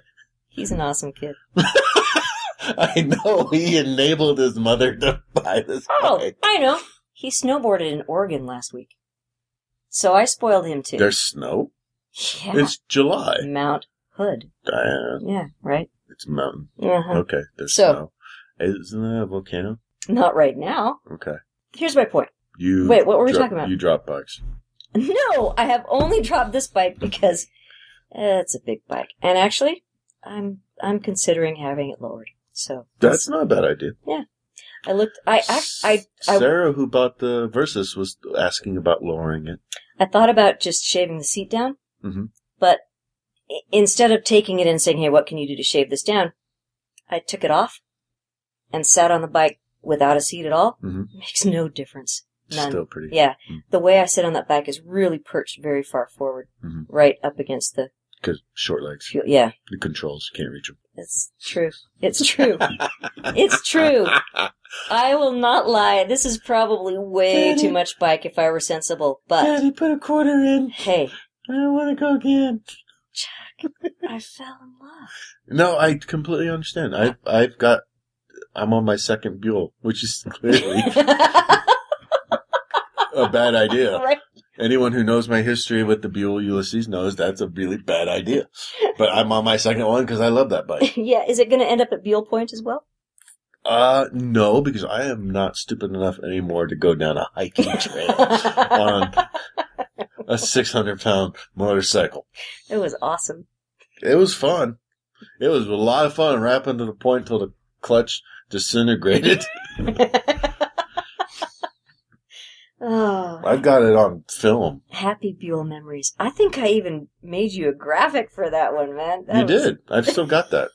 C: He's an awesome kid.
B: I know he enabled his mother to buy this
C: Oh,
B: bike.
C: I know. He snowboarded in Oregon last week. So I spoiled him too.
B: There's snow?
C: yeah.
B: It's July.
C: Mount Hood.
B: Diane,
C: Yeah, right?
B: It's a mountain.
C: Uh-huh.
B: Okay, there's
C: So-
B: snow. Isn't that a volcano?
C: Not right now.
B: Okay.
C: Here's my point.
B: You
C: Wait, what were we
B: drop-
C: talking about?
B: You drop bikes.
C: No, I have only dropped this bike because eh, it's a big bike. And actually, I'm I'm considering having it lowered. So
B: That's not a bad idea.
C: I looked. I I I, I,
B: Sarah, who bought the Versus, was asking about lowering it.
C: I thought about just shaving the seat down,
B: Mhm.
C: but i- instead of taking it and saying, "Hey, what can you do to shave this down?" I took it off and sat on the bike without a seat at all.
B: Mhm.
C: Makes no difference. None.
B: Still pretty.
C: Yeah,
B: Mm.
C: the way I sit on that bike is really perched very far forward,
B: Mhm.
C: right up against the
B: Because short legs.
C: fuel. Yeah,
B: The controls. You can't reach them.
C: It's true. It's true. it's true. I will not lie. This is probably way too much bike if I were sensible. But
B: Daddy, put a quarter in.
C: hey,
B: I don't want to go again.
C: I fell in love.
B: No, I completely understand. I, I've got, I'm on my second Buell, which is clearly a bad idea.
C: right?
B: Anyone who knows my history with the Buell Ulysses knows that's a really bad idea. But I'm on my second one because I love that bike.
C: Yeah. Is it going to end up at Beale Point as well?
B: Uh, no, because I am not stupid enough anymore to go down a hiking trail on a 600 pound motorcycle.
C: it was awesome.
B: It was fun. It was a lot of fun wrapping to the point till the clutch disintegrated.
C: Oh,
B: I've got it on film.
C: happy Buell memories. I think I even made you a graphic for that one, man. That
B: you
C: was-
B: did. I've still got that.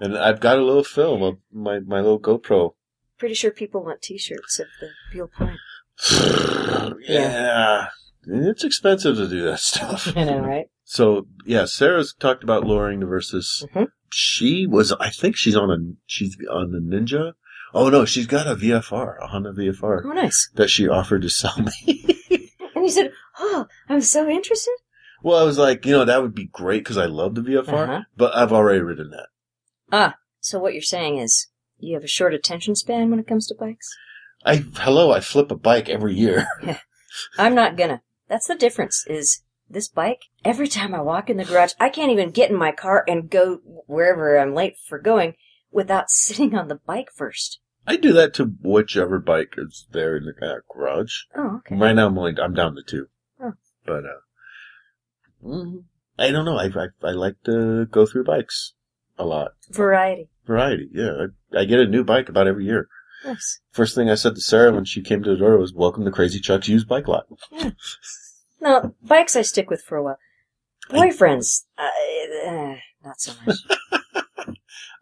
B: and I've got a little film of my, my little GoPro.
C: Pretty sure people want T-shirts of the Beale Point.
B: yeah. It's expensive to do that stuff.
C: I know, right?
B: So yeah, Sarah's talked about lowering the versus.
C: Mhm.
B: She was, I think she's on a she's on the Ninja. Oh no, she's got a VFR, a Honda VFR
C: Oh, nice.
B: that she offered to sell me.
C: And you said, "Oh, I'm so interested."
B: Well, I was like, you know, that would be great because I love the VFR,
C: Uh-huh.
B: but I've already ridden that.
C: So what you're saying is you have a short attention span when it comes to bikes.
B: I hello, I flip a bike every year.
C: I'm not gonna. That's the difference. Is this bike? Every time I walk in the garage, I can't even get in my car and go wherever I'm late for going without sitting on the bike first.
B: I do that to whichever bike is there in the uh, garage.
C: Oh, okay.
B: Right now, I'm only I'm down to two,
C: Oh.
B: but uh, mm, I don't know. I, I I like to go through bikes a lot.
C: Variety.
B: variety. Yeah, I, I get a new bike about every year.
C: Nice.
B: First thing I said to Sarah when she came to the door was, "Welcome to Crazy Chuck's used bike lot."
C: Now bikes I stick with for a while. Boyfriends, uh, eh, not so much.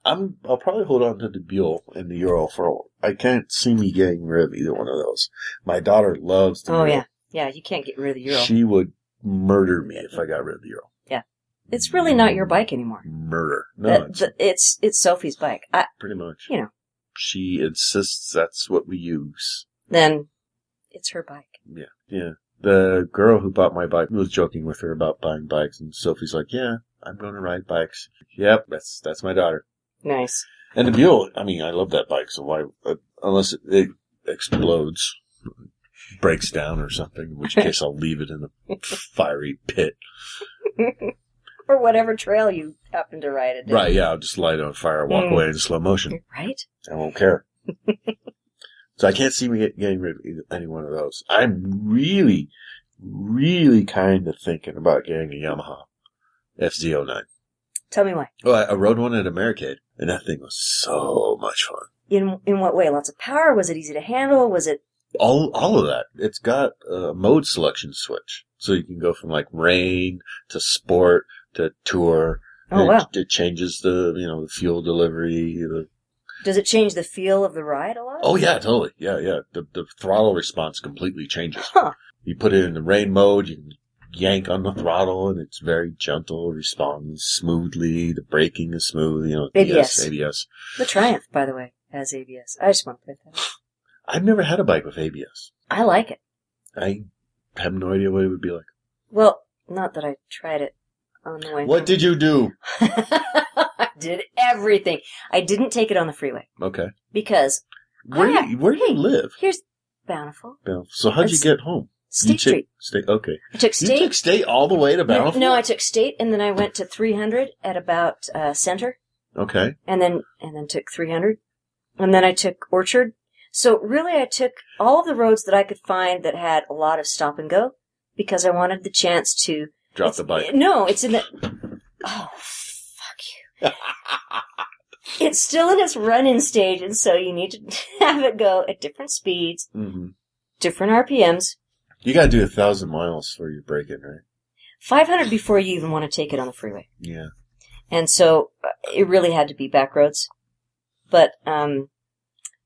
B: I'm I'll probably hold on to the Buell and the Euro for. I can't see me getting rid of either one of those. My daughter loves the
C: oh
B: Euro.
C: yeah, yeah. You can't get rid of the Euro.
B: She would murder me if I got rid of the Euro.
C: Yeah. It's really not your bike anymore.
B: Murder. No,
C: That-
B: it's
C: the- it's it's Sophie's bike. I,
B: pretty much.
C: you know.
B: She insists that's what we use.
C: then it's her bike.
B: Yeah. The girl who bought my bike was joking with her about buying bikes, and Sophie's like, "Yeah, I'm going to ride bikes." Yep, that's that's my daughter.
C: Nice.
B: And the Buell, I mean, I love that bike. So why, uh, unless it, it explodes, breaks down or something, in which case I'll leave it in a fiery pit.
C: Or whatever trail you happen to ride it down.
B: Right? Yeah, I'll just light it on fire, walk
C: Mm.
B: away in slow motion.
C: Right?
B: I won't care. So I can't see me get- getting rid of either- any one of those. I'm really, really kind of thinking about getting a Yamaha FZ09.
C: Tell me why.
B: Well, I, I rode one at Americade, and that thing was so much fun.
C: In in what way? Lots of power? Was it easy to handle? Was it
B: All, all of that. It's got a mode selection switch, so you can go from like rain to sport to tour.
C: oh
B: it,
C: wow?
B: It changes the you know the fuel delivery, the
C: Does it change the feel of the ride a lot?
B: Oh yeah, totally. Yeah, yeah. The the throttle response completely changes.
C: Huh.
B: You put it in the rain mode, you can yank on the throttle and it's very gentle, responds smoothly, the braking is smooth, you know, ABS.
C: ABS.
B: ABS.
C: The Triumph, by the way, has ABS. I just want to put that. out.
B: I've never had a bike with ABS.
C: I like it.
B: I have no idea what it would be like.
C: Well, not that I tried it on the way.
B: What did you do?
C: I did everything. I didn't take it on the freeway
B: Okay.
C: because
B: Where
C: Ah,
B: do you, where do you live?
C: here's Bountiful
B: Bill? So how'd you
C: It's-
B: get home?
C: State
B: you took
C: Street.
B: state okay.
C: I took
B: You
C: State.
B: took state all the way to
C: no,
B: Bountiful?
C: no, I took State, and then I went to 300 at about uh, Center,
B: Okay.
C: and then and then took 300, and then I took Orchard. So really, I took all the roads that I could find that had a lot of stop and go because I wanted the chance to
B: Drop
C: It's-
B: the bike.
C: No, it's in the. Oh, fuck you. it's still in its running stage, and so you need to have it go at different speeds,
B: hmm
C: different RPMs.
B: You gotta do a thousand miles for your break in, right?
C: 500 before you even want to take it on the freeway.
B: Yeah.
C: And so uh, it really had to be back roads. But um,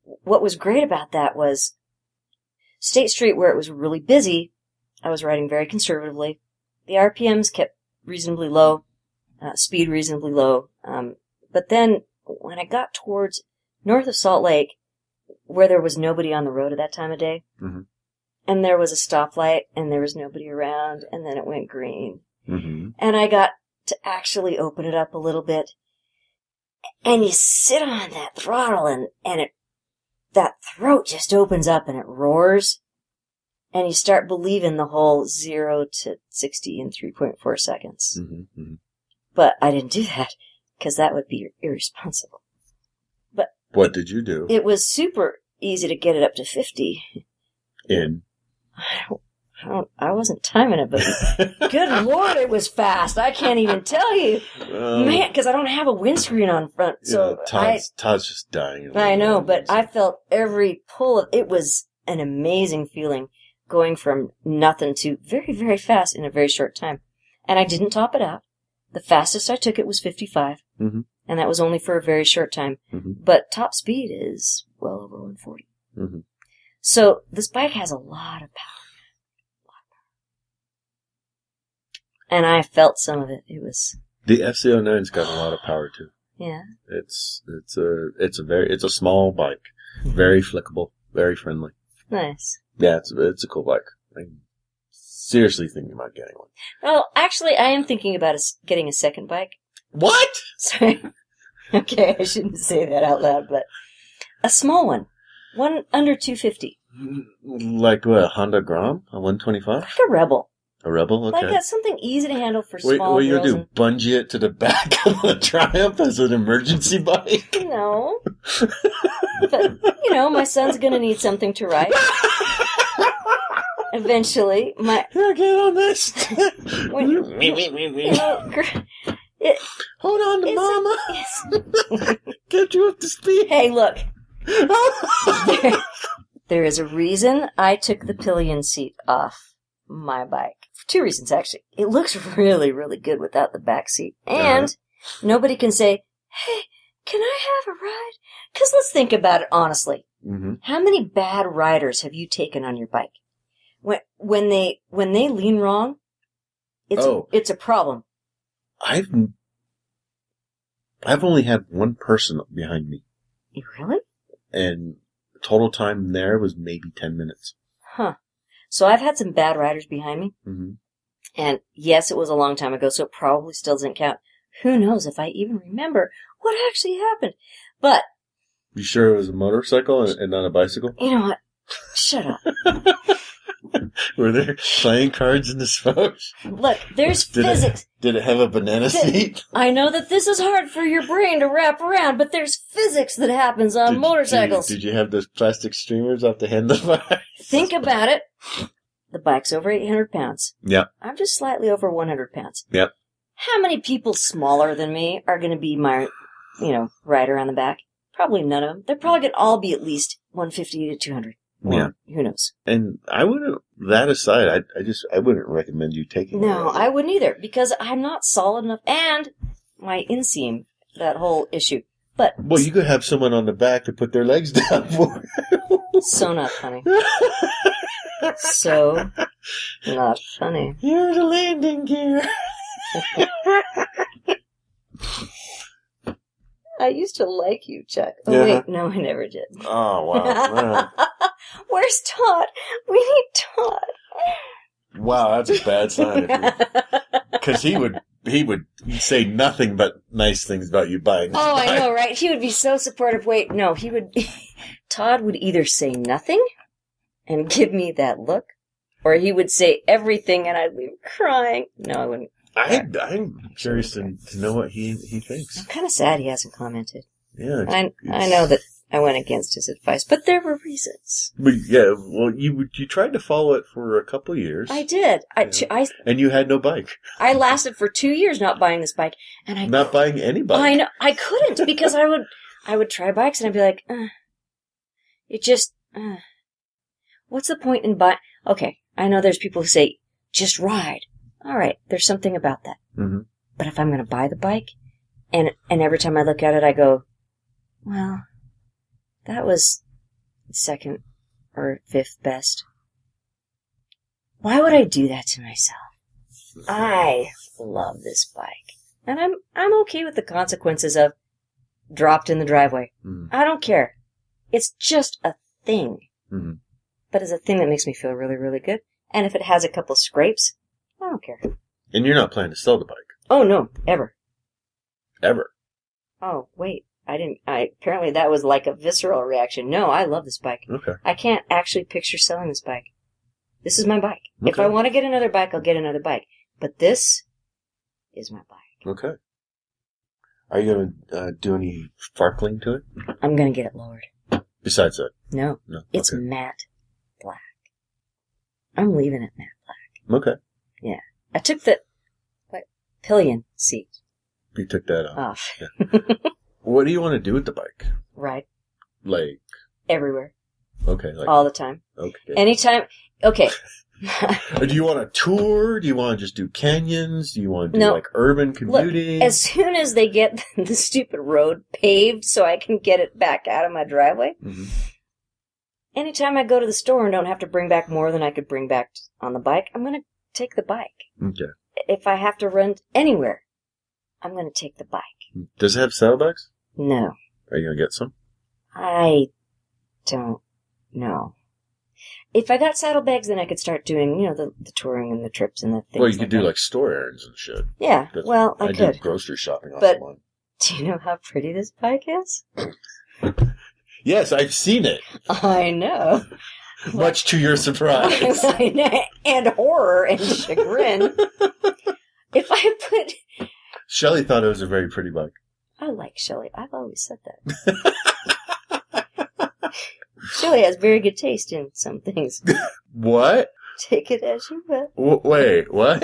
C: what was great about that was State Street, where it was really busy, I was riding very conservatively. The RPMs kept reasonably low, uh, speed reasonably low. Um, but then when I got towards north of Salt Lake, where there was nobody on the road at that time of day,
B: Mhm.
C: and there was a stoplight and there was nobody around, and then it went green
B: Mm-hmm.
C: and I got to actually open it up a little bit. And you sit on that throttle and, and it, that throat just opens up and it roars. And you start believing the whole zero to 60 in 3.4 seconds.
B: Mm-hmm.
C: But I didn't do that because that would be irresponsible.
B: What did you do
C: It was super easy to get it up to 50.
B: in?
C: I don't, I don't, I wasn't timing it, but good lord, it was fast. I can't even tell you.
B: Um,
C: Man, because I don't have a windscreen on front,
B: you
C: so
B: know, Todd's, Todd's just dying.
C: I I know, but I felt every pull. Of, it was an amazing feeling going from nothing to very, very fast in a very short time, and I didn't top it out. The fastest I took it was 55,
B: Mhm.
C: and that was only for a very short time.
B: Mhm.
C: But top speed is well over 140.
B: Mhm.
C: So this bike has a lot of power, and I felt some of it. It was
B: the FC09's got a lot of power too.
C: yeah.
B: It's it's a it's a very it's a small bike, very flickable, very friendly.
C: Nice.
B: Yeah, it's it's a cool bike. I'm seriously thinking about getting one.
C: Well, actually, I am thinking about a s getting a second bike.
B: What?
C: Sorry. okay, I shouldn't say that out loud, but a small one. One under 250.
B: Like what, a Honda Grom, a 125,
C: Like a rebel.
B: a Rebel? Okay.
C: Like that's something easy to handle for
B: Wait,
C: small
B: what you
C: girls.
B: gonna do? Bungee it to the back of the Triumph as an emergency bike?
C: and- no. but, you know, my son's going to need something to ride. Eventually, my,
B: Here, get on this.
C: Wait. you know, gr- it,
B: Hold on to
C: Is it-
B: mama.
C: it's,
B: Get you up to speed.
C: hey, look, there, there is a reason I took the pillion seat off my bike. For two reasons, actually. It looks really, really good without the back seat. And nobody can say, hey, can I have a ride? Because let's think about it honestly.
B: mm-hmm.
C: How many bad riders have you taken on your bike? When, when they when they lean wrong, it's
B: Oh.
C: it's a problem.
B: I've I've only had one person behind me,
C: Really?
B: and total time there was maybe ten minutes.
C: Huh. So I've had some bad riders behind me.
B: Mm-hmm.
C: And yes, it was a long time ago, so it probably still doesn't count. Who knows if I even remember what actually happened? But
B: You sure it was a motorcycle and, and not a bicycle?
C: you know what? Shut up.
B: Were there playing cards in this boat?
C: Look, there's
B: Did it-
C: physics.
B: Did it have a banana
C: Did-
B: seat?
C: I know that this is hard for your brain to wrap around, but there's physics that happens on
B: Did-
C: motorcycles.
B: Did, did you have those plastic streamers off the handlebar?
C: Think about it. The bike's over 800 pounds.
B: Yep.
C: I'm just slightly over 100 pounds.
B: Yep.
C: How many people smaller than me are going to be my, you know, rider on the back? Probably none of them. They're probably going to all be at least 150 to 200. Or
B: Yeah.
C: Who knows?
B: And I wouldn't. That aside, I, I just I wouldn't recommend you taking.
C: No,
B: it.
C: I wouldn't either because I'm not solid enough and my inseam, that whole issue. But
B: Well, you could have someone on the back to put their legs down for.
C: so not funny. So not funny.
B: Here's a landing gear.
C: I used to like you, Chuck. Oh,
B: Yeah.
C: wait, no, I never did.
B: Oh wow!
C: Where's Todd? We need Todd.
B: Wow, wow that's a bad sign. Because he would he would say nothing but nice things about you buying. this
C: oh, I
B: bike.
C: know, right? He would be so supportive. Wait, no, he would. Todd would either say nothing and give me that look, or he would say everything and I'd leave crying. No, I wouldn't.
B: I, I'm curious to, to know what he he thinks.
C: I'm kind of sad he hasn't commented.
B: Yeah, it's-
C: I I know that I went against his advice, but there were reasons.
B: But yeah, well, you you tried to follow it for a couple of years,
C: I did. I,
B: Yeah.
C: two- I
B: and you had no bike,
C: I lasted for two years not buying this bike, and I
B: not buying any bike.
C: I know I couldn't because I would I would try bikes and I'd be like, uh, it just uh, what's the point in buy? Okay, I know there's people who say just ride. All right, there's something about that.
B: Mhm.
C: But if I'm going to buy the bike, and and every time I look at it, I go, well, that was second or fifth best. Why would I do that to myself? I love this bike. And I'm I'm okay with the consequences of dropped in the driveway.
B: Mm.
C: I don't care. It's just a thing.
B: Mhm.
C: But it's a thing that makes me feel really, really good. And if it has a couple scrapes, I don't care.
B: And you're not planning to sell the bike
C: Oh no, ever.
B: ever.
C: Oh, wait. I didn't I apparently that was like a visceral reaction. No, I love this bike.
B: Okay.
C: I can't actually picture selling this bike. This is my bike. If
B: Okay.
C: I want to get another bike, I'll get another bike. But this is my bike.
B: Okay. Are you going to uh, do any sparkling to it?
C: I'm gonna get it lowered.
B: Besides that,
C: No.
B: no.
C: It's
B: okay.
C: matte black. I'm leaving it matte black.
B: okay.
C: I took the what pillion seat
B: You took that off.
C: off.
B: What do you want to do with the bike?
C: Right
B: Like,
C: everywhere,
B: okay, like
C: all the time,
B: okay.
C: anytime. Okay,
B: Or do you want to tour? Do you want to just do canyons? Do you want to do
C: No.
B: like urban
C: Look,
B: commuting?
C: as soon as they get the stupid road paved, so I can get it back out of my driveway.
B: Mhm.
C: Anytime I go to the store and don't have to bring back more than I could bring back on the bike, I'm gonna take the bike.
B: Okay.
C: If I have to run anywhere, I'm gonna take the bike.
B: Does it have saddlebags?
C: No.
B: Are you gonna get some?
C: I don't know. If I got saddlebags, then I could start doing, you know, the, the touring and the trips and the things.
B: well, you could
C: like
B: do
C: that.
B: like store errands and shit.
C: Yeah,
B: That's-
C: well, I,
B: do
C: could.
B: grocery shopping off
C: But-
B: the lawn.
C: Do you know how pretty this bike is?
B: Yes, I've seen it.
C: I know.
B: Much to your surprise.
C: I know. and horror and chagrin. if I put.
B: Shelley thought it was a very pretty bike.
C: I like Shelley. I've always said that. Shelley has very good taste in some things.
B: What?
C: Take it as you will.
B: W- wait, what?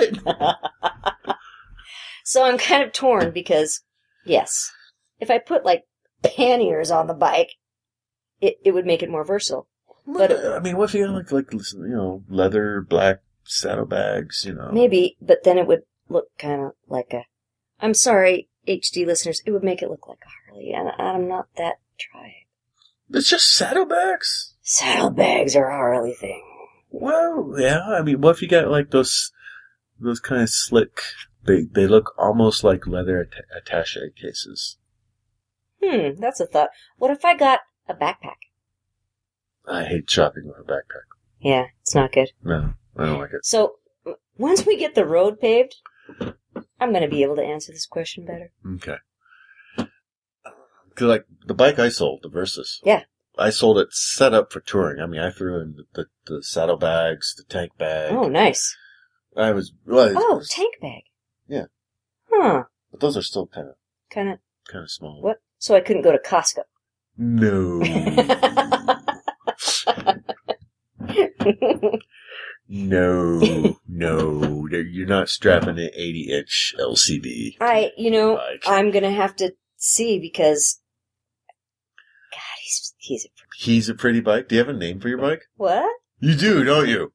C: So I'm kind of torn because, yes, if I put like panniers on the bike, it, it would make it more versatile. But-
B: I mean, what if you had like like listen, you know leather black saddlebags? You know,
C: Maybe, but then it would look kind of like a. I'm sorry, HD listeners, it would make it look like a Harley, and I'm not that tribe.
B: it's just saddlebags.
C: Saddlebags are a Harley thing.
B: Well, yeah. I mean, what if you got like those those kind of slick? They they look almost like leather atta- attaché cases.
C: Hmm, that's a thought. What if I got a backpack?
B: I hate shopping with a backpack.
C: Yeah, it's not good.
B: No, I don't like it.
C: So m- once we get the road paved, I'm going to be able to answer this question better.
B: Okay. 'Cause, like the bike I sold, the Versus.
C: Yeah.
B: I sold it set up for touring. I mean, I threw in the, the, the saddlebags, the tank bag.
C: Oh, nice.
B: I was well,
C: Oh, tank bag.
B: Yeah.
C: Huh.
B: but those are still kind of
C: Kind of.
B: kind of small.
C: What? So I couldn't go to Costco.
B: No, no, no. They're- You're not strapping an 80 inch LCD.
C: I, you know,
B: I can't-
C: I'm gonna have to see because. God, he's he's a
B: He's a pretty bike. Do you have a name for your bike?
C: what?
B: You do, don't you?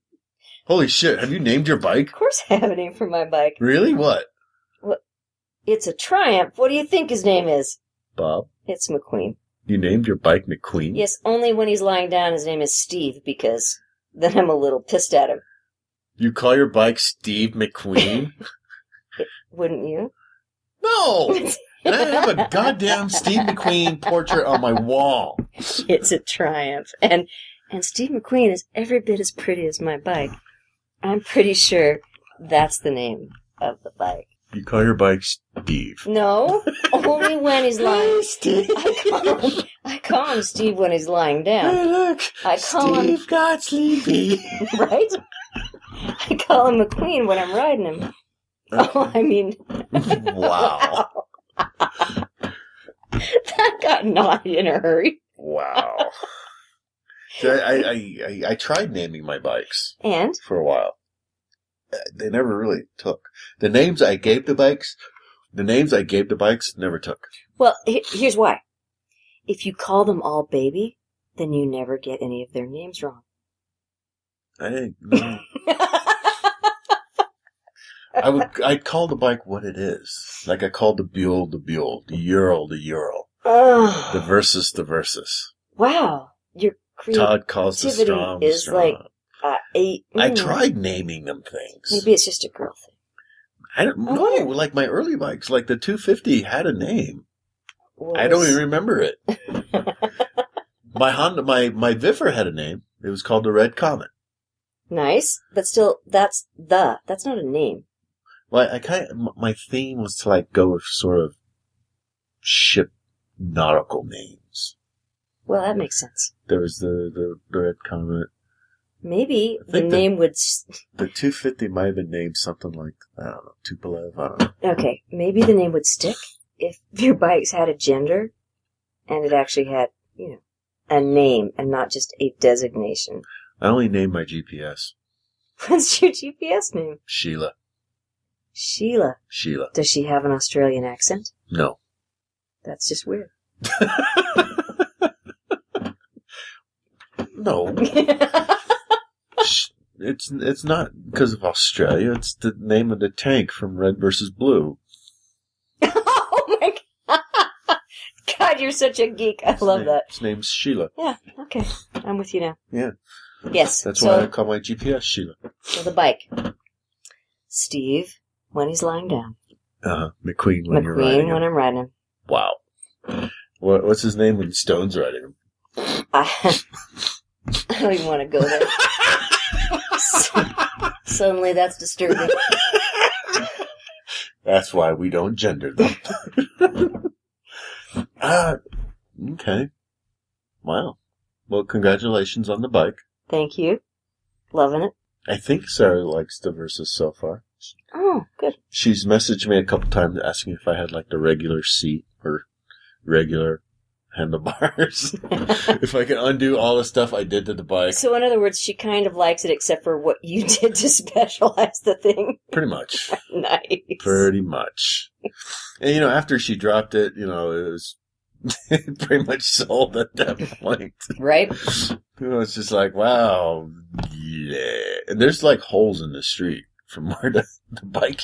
B: Holy shit! Have you named your bike?
C: Of course, I have a name for my bike.
B: Really? What?
C: It's a Triumph. What do you think his name is?
B: Bob,
C: It's McQueen.
B: you named your bike McQueen?
C: Yes, only when he's lying down, his name is Steve because then I'm a little pissed at him.
B: You call your bike Steve McQueen?
C: Wouldn't you?
B: no! And I have Oh. a goddamn Steve McQueen portrait on my wall.
C: it's a triumph. And and Steve McQueen is every bit as pretty as my bike. I'm pretty sure that's the name of the bike.
B: You call your bike Steve.
C: No, only when he's lying.
B: Steve.
C: I call him. I call him Steve when he's lying down,
B: Hey, look.
C: I call him-
B: Steve got sleepy.
C: right? I call him McQueen when I'm riding him. Oh, I mean,
B: wow.
C: that got naughty in a hurry.
B: Wow. So I, I, I, I tried naming my bikes.
C: And
B: for a while. Uh, They never really took. The names I gave the bikes, the names I gave the bikes never took.
C: well, he- here's why: if you call them all baby, then you never get any of their names wrong.
B: I didn't. No. I would. I'd call the bike what it is. Like I called the Buell the Buell, the Ural the Ural,
C: Ugh.
B: the Versus the Versus.
C: Wow, your creative.
B: Todd calls the
C: Creativity
B: Strom
C: is
B: Strom.
C: like- Uh, eight.
B: I
C: mm.
B: tried naming them things.
C: Maybe it's just a girl thing.
B: I don't
C: I
B: know.
C: wonder-
B: Like my early bikes, like the 250 had a name.
C: Well,
B: I don't even remember it. my Honda, my my Viffer had a name. It was called the Red Comet.
C: Nice, but still, that's the. That's not a name.
B: Well, I kind of, m- my theme was to like go with sort of ship nautical names.
C: Well, that makes sense.
B: There was the, the, the Red Comet.
C: Maybe
B: I
C: the
B: think the-
C: name would. s-
B: The 250 might have been named something like, I don't know, Tupolev. I don't know.
C: Okay, maybe the name would stick if your bikes had a gender, and it actually had you know a name and not just a designation.
B: I only named my GPS
C: What's your GPS name?
B: Sheila.
C: Sheila.
B: Sheila.
C: Does she have an Australian accent?
B: No.
C: That's just weird.
B: No.
C: Oh
B: Sh- It's it's not because of Australia. It's the name of the tank from Red versus Blue.
C: oh my god. God, you're such a geek. I
B: His
C: love
B: name-
C: that.
B: His name's Sheila.
C: Yeah, okay. I'm with you now.
B: Yeah.
C: Yes.
B: That's
C: so,
B: why I call my GPS Sheila.
C: so the bike. Steve, when he's lying down.
B: Uh, McQueen when you're riding.
C: McQueen,
B: him.
C: when I'm riding him.
B: Wow. What, what's his name when Stone's riding him?
C: I, I don't even want to go there. So- suddenly that's disturbing.
B: That's why we don't gender them. Ah, okay. Wow. Well, congratulations on the bike.
C: Thank you. Loving it.
B: I think Sarah likes the verses so far.
C: Oh, good.
B: She's messaged me a couple times asking if I had like the regular seat or regular handlebars. if I could undo all the stuff I did to the bike.
C: So, in other words, she kind of likes it except for what you did to specialize the thing.
B: Pretty much.
C: Nice.
B: Pretty much. And you know, after she dropped it, you know, it was pretty much sold at that point.
C: Right?
B: You know, it's just like, wow, yeah. And there's like holes in the street from where the, the bike.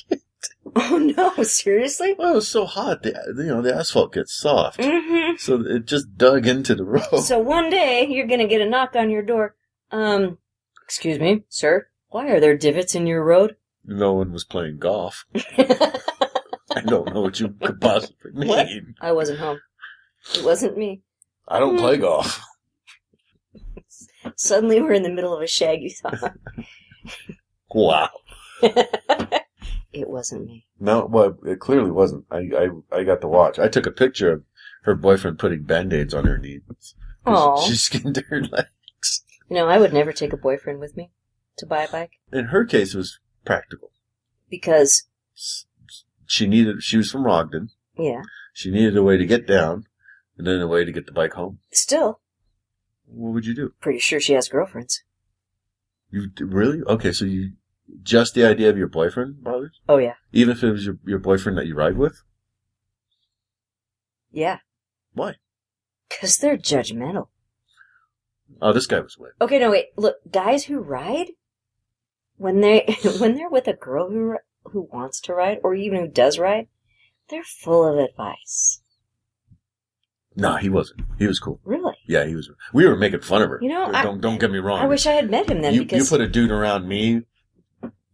C: Oh no, seriously?
B: Well, it was so hot, the you know the asphalt gets soft,
C: Mm-hmm.
B: so it just dug into the road.
C: So one day you're gonna get a knock on your door. Um, excuse me, sir. Why are there divots in your road?
B: no one was playing golf. I don't know what you could possibly mean.
C: What? I wasn't home. It wasn't me.
B: I don't play golf.
C: Suddenly we're in the middle of a shaggy song.
B: Wow.
C: It wasn't me.
B: No, well, it clearly wasn't. I, I, I got to watch. I took a picture of her boyfriend putting band-aids on her knees.
C: Oh,
B: She skinned her legs.
C: you know, I would never take a boyfriend with me to buy a bike
B: In her case, it was practical.
C: because,
B: S- She needed. She was from Ogden.
C: yeah,
B: She needed a way to get down, and then a way to get the bike home.
C: still
B: What would you do?
C: pretty sure she has girlfriends.
B: You d- really? Okay, so you just the idea of your boyfriend bothers,
C: Oh yeah,
B: even if it was your, your boyfriend that you ride with.
C: yeah,
B: Why?
C: because they're judgmental.
B: Oh, this guy was with.
C: Okay, no wait, look, guys who ride when they when they're with a girl who ri- who wants to ride or even who does ride, they're full of advice.
B: Nah, he wasn't. He was cool.
C: Really,
B: Yeah, he was. We were making fun of her.
C: You know, I-
B: don't don't get me wrong.
C: I wish I had met him then
B: Um, you, you
C: because
B: put a dude around me.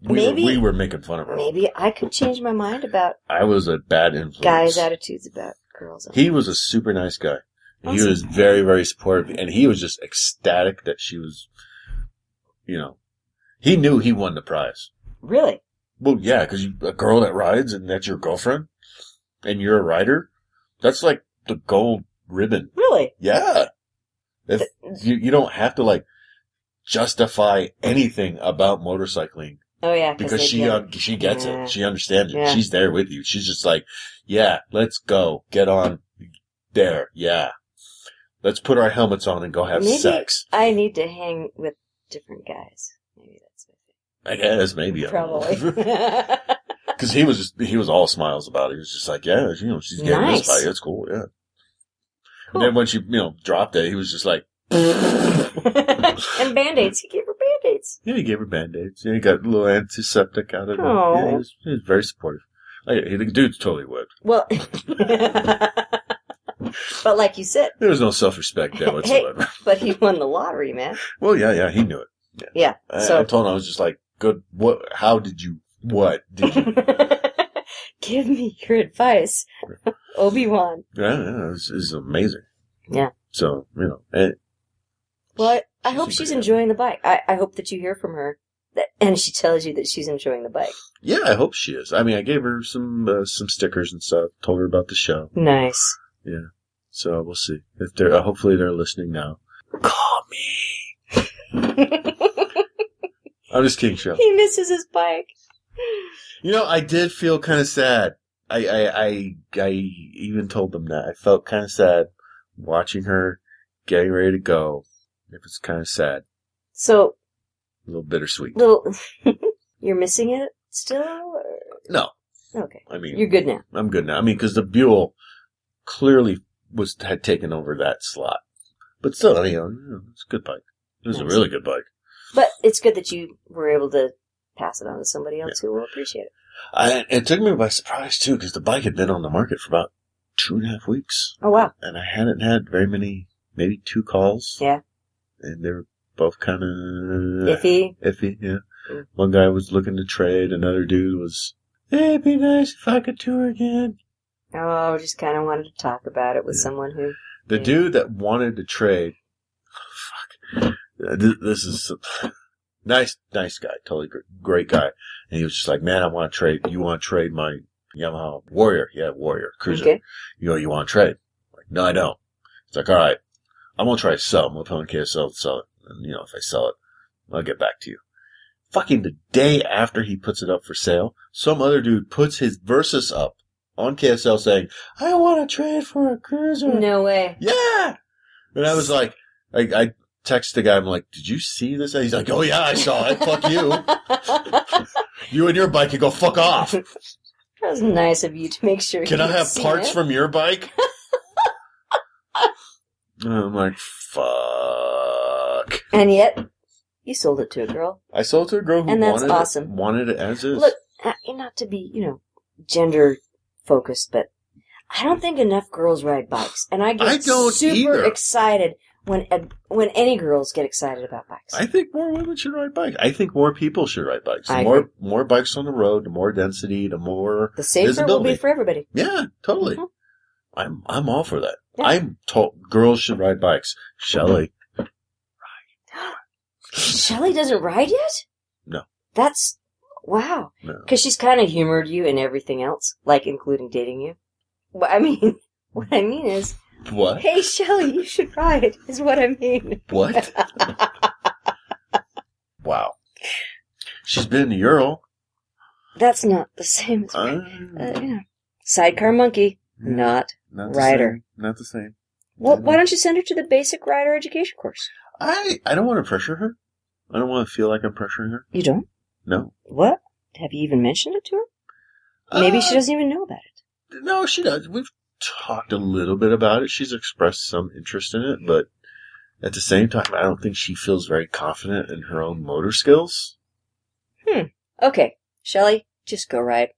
B: We
C: Maybe-
B: were, we were making fun of her.
C: maybe I could change my mind about
B: I was a bad influence.
C: guys' attitudes about girls.
B: He was a super nice guy. He
C: Awesome.
B: was very very supportive, and he was just ecstatic that she was. You know, he knew he won the prize.
C: really,
B: Well, yeah, because a girl that rides and that's your girlfriend, and you're a rider, that's like the gold ribbon.
C: really.
B: Yeah. If you, you don't have to like justify anything about motorcycling
C: Oh yeah,
B: because
C: they
B: she uh,
C: get it.
B: un- she gets
C: Yeah.
B: it. She understands it.
C: Yeah.
B: She's there with you. She's just like, "Yeah, let's go. Get on there. Yeah. Let's put our helmets on and go have
C: Maybe-
B: sex."
C: I need to hang with different guys. Maybe that's my thing.
B: I guess maybe. I don't know.
C: Probably.
B: Cuz he was just, he was all smiles about it. He was just like, "Yeah, you know, she's getting
C: Nice.
B: this bike. It's cool." Yeah. And
C: Cool.
B: then when she, you know, dropped it, he was just like
C: and band aids. He gave her band aids.
B: Yeah, he gave her band-aids. Yeah, he got a little antiseptic out of it.
C: Aw.
B: Yeah, he was, he was very supportive. Like, he, the dude's totally whipped.
C: Well, but like you said,
B: There was no self-respect there whatsoever.
C: but he won the lottery, man.
B: well, yeah, yeah, Uh, he knew it.
C: Yeah.
B: I,
C: So
B: I told him, I was just like, good, what, how did you, what did you,
C: give me your advice, Obi Wan.
B: yeah, yeah, this is amazing.
C: Yeah.
B: So, you know, and
C: Well, I, I
B: She's
C: hope
B: a
C: she's
B: great
C: enjoying the bike. I, I hope that you hear from her that, and she tells you that she's enjoying the bike.
B: yeah, I hope she is. I mean, I gave her some, uh, some stickers and stuff, told her about the show.
C: Nice.
B: So we'll see if they're, uh, hopefully they're listening now. Call me. I'm just kidding, Cheryl.
C: he misses his bike.
B: You know, I did feel kind of sad. I, I, I, I even told them that. I felt kind of sad watching her getting ready to go. It was kind of sad.
C: So,
B: A little bittersweet.
C: little, you're missing it still? Or?
B: No,
C: Okay,
B: I mean,
C: you're good now.
B: I'm good now. I mean, because the Buell clearly was had taken over that slot. But still, you know, you know, it's a good bike. It was a
C: Nice.
B: really good bike.
C: But it's good that you were able to pass it on to somebody else who will appreciate it.
B: I, it took me by surprise too, because the bike had been on the market for about two and a half weeks.
C: Oh wow,
B: and I hadn't had very many, maybe two calls.
C: Yeah.
B: And they were both kind of
C: iffy.
B: iffy. Yeah.
C: Mm.
B: One guy was looking to trade. Another dude was, hey, it'd be nice if I could tour again.
C: Oh, just kind of wanted to talk about it with
B: Yeah.
C: someone who.
B: The
C: Yeah.
B: dude that wanted to trade, fuck, Uh, th- this is nice, nice guy, totally gr- great guy. And he was just like, man, I want to trade. You want to trade my Yamaha Warrior? Yeah, Warrior Cruiser.
C: Okay.
B: You know, you want to trade? I'm like, no, I don't. It's like, all right, I'm gonna try to sell. I'm gonna put on KSL to sell it. And you know, if I sell it, I'll get back to you. Fucking the day after he puts it up for sale, some other dude puts his Versus up on KSL saying, I want to trade for a cruiser.
C: No way.
B: Yeah. And I was like, I, I text the guy. I'm like, did you see this? And he's like, oh yeah, I saw it. fuck you.
C: that
B: You and your bike can go fuck off.
C: was nice of you to make sure.
B: Can
C: you
B: I
C: had
B: have
C: seen
B: parts
C: it.
B: from your bike? And I'm like, fuck.
C: And yet, you sold it to a girl.
B: I sold it to a girl who
C: And that's
B: wanted,
C: awesome.
B: it, wanted it as is.
C: Look, uh, not to be, you know, gender focused, but I don't think enough girls ride bikes, and I get
B: I don't
C: super
B: either.
C: excited when uh, when any girls get excited about bikes.
B: I think more women should ride bikes. I think more people should ride bikes. The
C: I
B: more
C: agree.
B: more bikes on the road, the more density, the more
C: the safer will be
B: visibility.
C: for everybody.
B: Yeah, totally.
C: Mhm.
B: I'm I'm all for that.
C: Yeah.
B: I'm told girls should ride bikes. Shelley,
C: Shelly doesn't ride yet?
B: No.
C: That's wow.
B: No.
C: Because she's kind of humored you in everything else, like including dating you. But I mean, what I mean is,
B: What?
C: Hey, Shelley, you should ride, is what I mean.
B: What? wow. She's been to Ural.
C: That's not the same as.
B: Uh,
C: uh, yeah. Sidecar Monkey, not.
B: not
C: rider.
B: Same. Not the same.
C: Well, why don't you send her to the basic rider education course?
B: I, I don't want to pressure her. I don't want to feel like I'm pressuring her.
C: You don't?
B: No.
C: What? Have you even mentioned it to her? Maybe she
B: Uh,
C: doesn't even know about it.
B: No, she does. We've talked a little bit about it. She's expressed some interest in it, but at the same time, I don't think she feels very confident in her own motor skills.
C: Okay, Shelley, just go ride.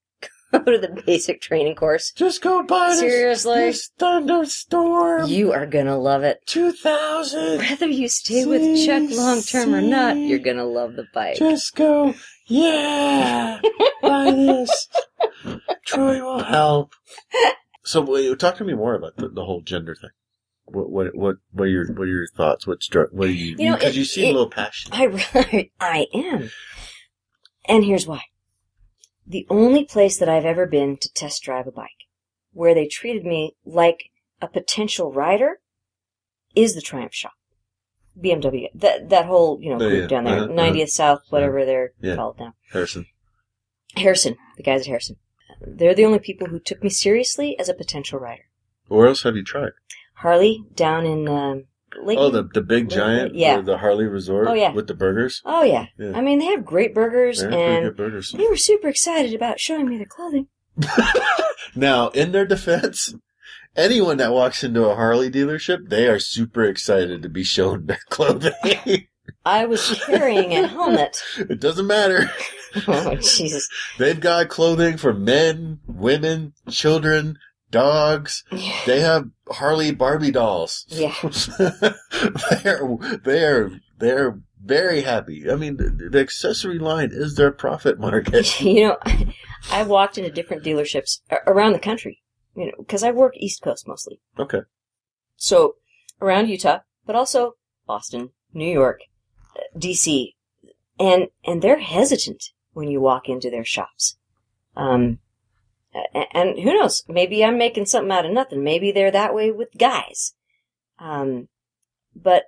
C: Go to the basic training course.
B: Just go buy
C: Seriously,
B: thunderstorm
C: you are gonna love it.
B: 2000.
C: Whether you stay with Chuck long term or not,
B: See?
C: you're gonna love the bike.
B: Just go, yeah, buy this. Troy will help. So, will you talk to me more about the, the whole gender thing. What, what, what, what are your, what are your thoughts? What's, dri- what are you,
C: You know,
B: because
C: it-
B: you seem
C: it-
B: a little passionate.
C: I really, I am. And here's why. The only place that I've ever been to test drive a bike where they treated me like a potential rider is the Triumph shop. BMW. That that whole, you know,
B: Yeah,
C: group
B: yeah.
C: down there,
B: Uh-huh,
C: 90th South, whatever they're
B: Yeah.
C: called now.
B: Harrison.
C: Harrison, the guys at Harrison. They're the only people who took me seriously as a potential rider.
B: Where else have you tried?
C: Harley down in um, Lincoln.
B: Oh, the the big giant,
C: Yeah.
B: or the Harley Resort,
C: Oh, yeah.
B: with the burgers.
C: Oh, yeah.
B: Yeah.
C: I mean, they have great burgers
B: They're pretty
C: and
B: good burgers.
C: They were super excited about showing me their clothing.
B: Now, in their defense, anyone that walks into a Harley dealership, they are super excited to be shown their clothing. it
C: I was carrying a helmet.
B: doesn't matter.
C: Oh, Jesus.
B: They've got clothing for men, women, children, dogs. They have Harley Barbie dolls.
C: Yeah.
B: they're they're they're very happy. I mean, the, the accessory line is their profit market.
C: you know, I walked into different dealerships a- around the country, you know, because I work East Coast mostly.
B: Okay.
C: So around Utah, but also Boston, New York, uh, DC, and and they're hesitant when you walk into their shops. Um, a- and who knows? Maybe I'm making something out of nothing. Maybe they're that way with guys. Um, but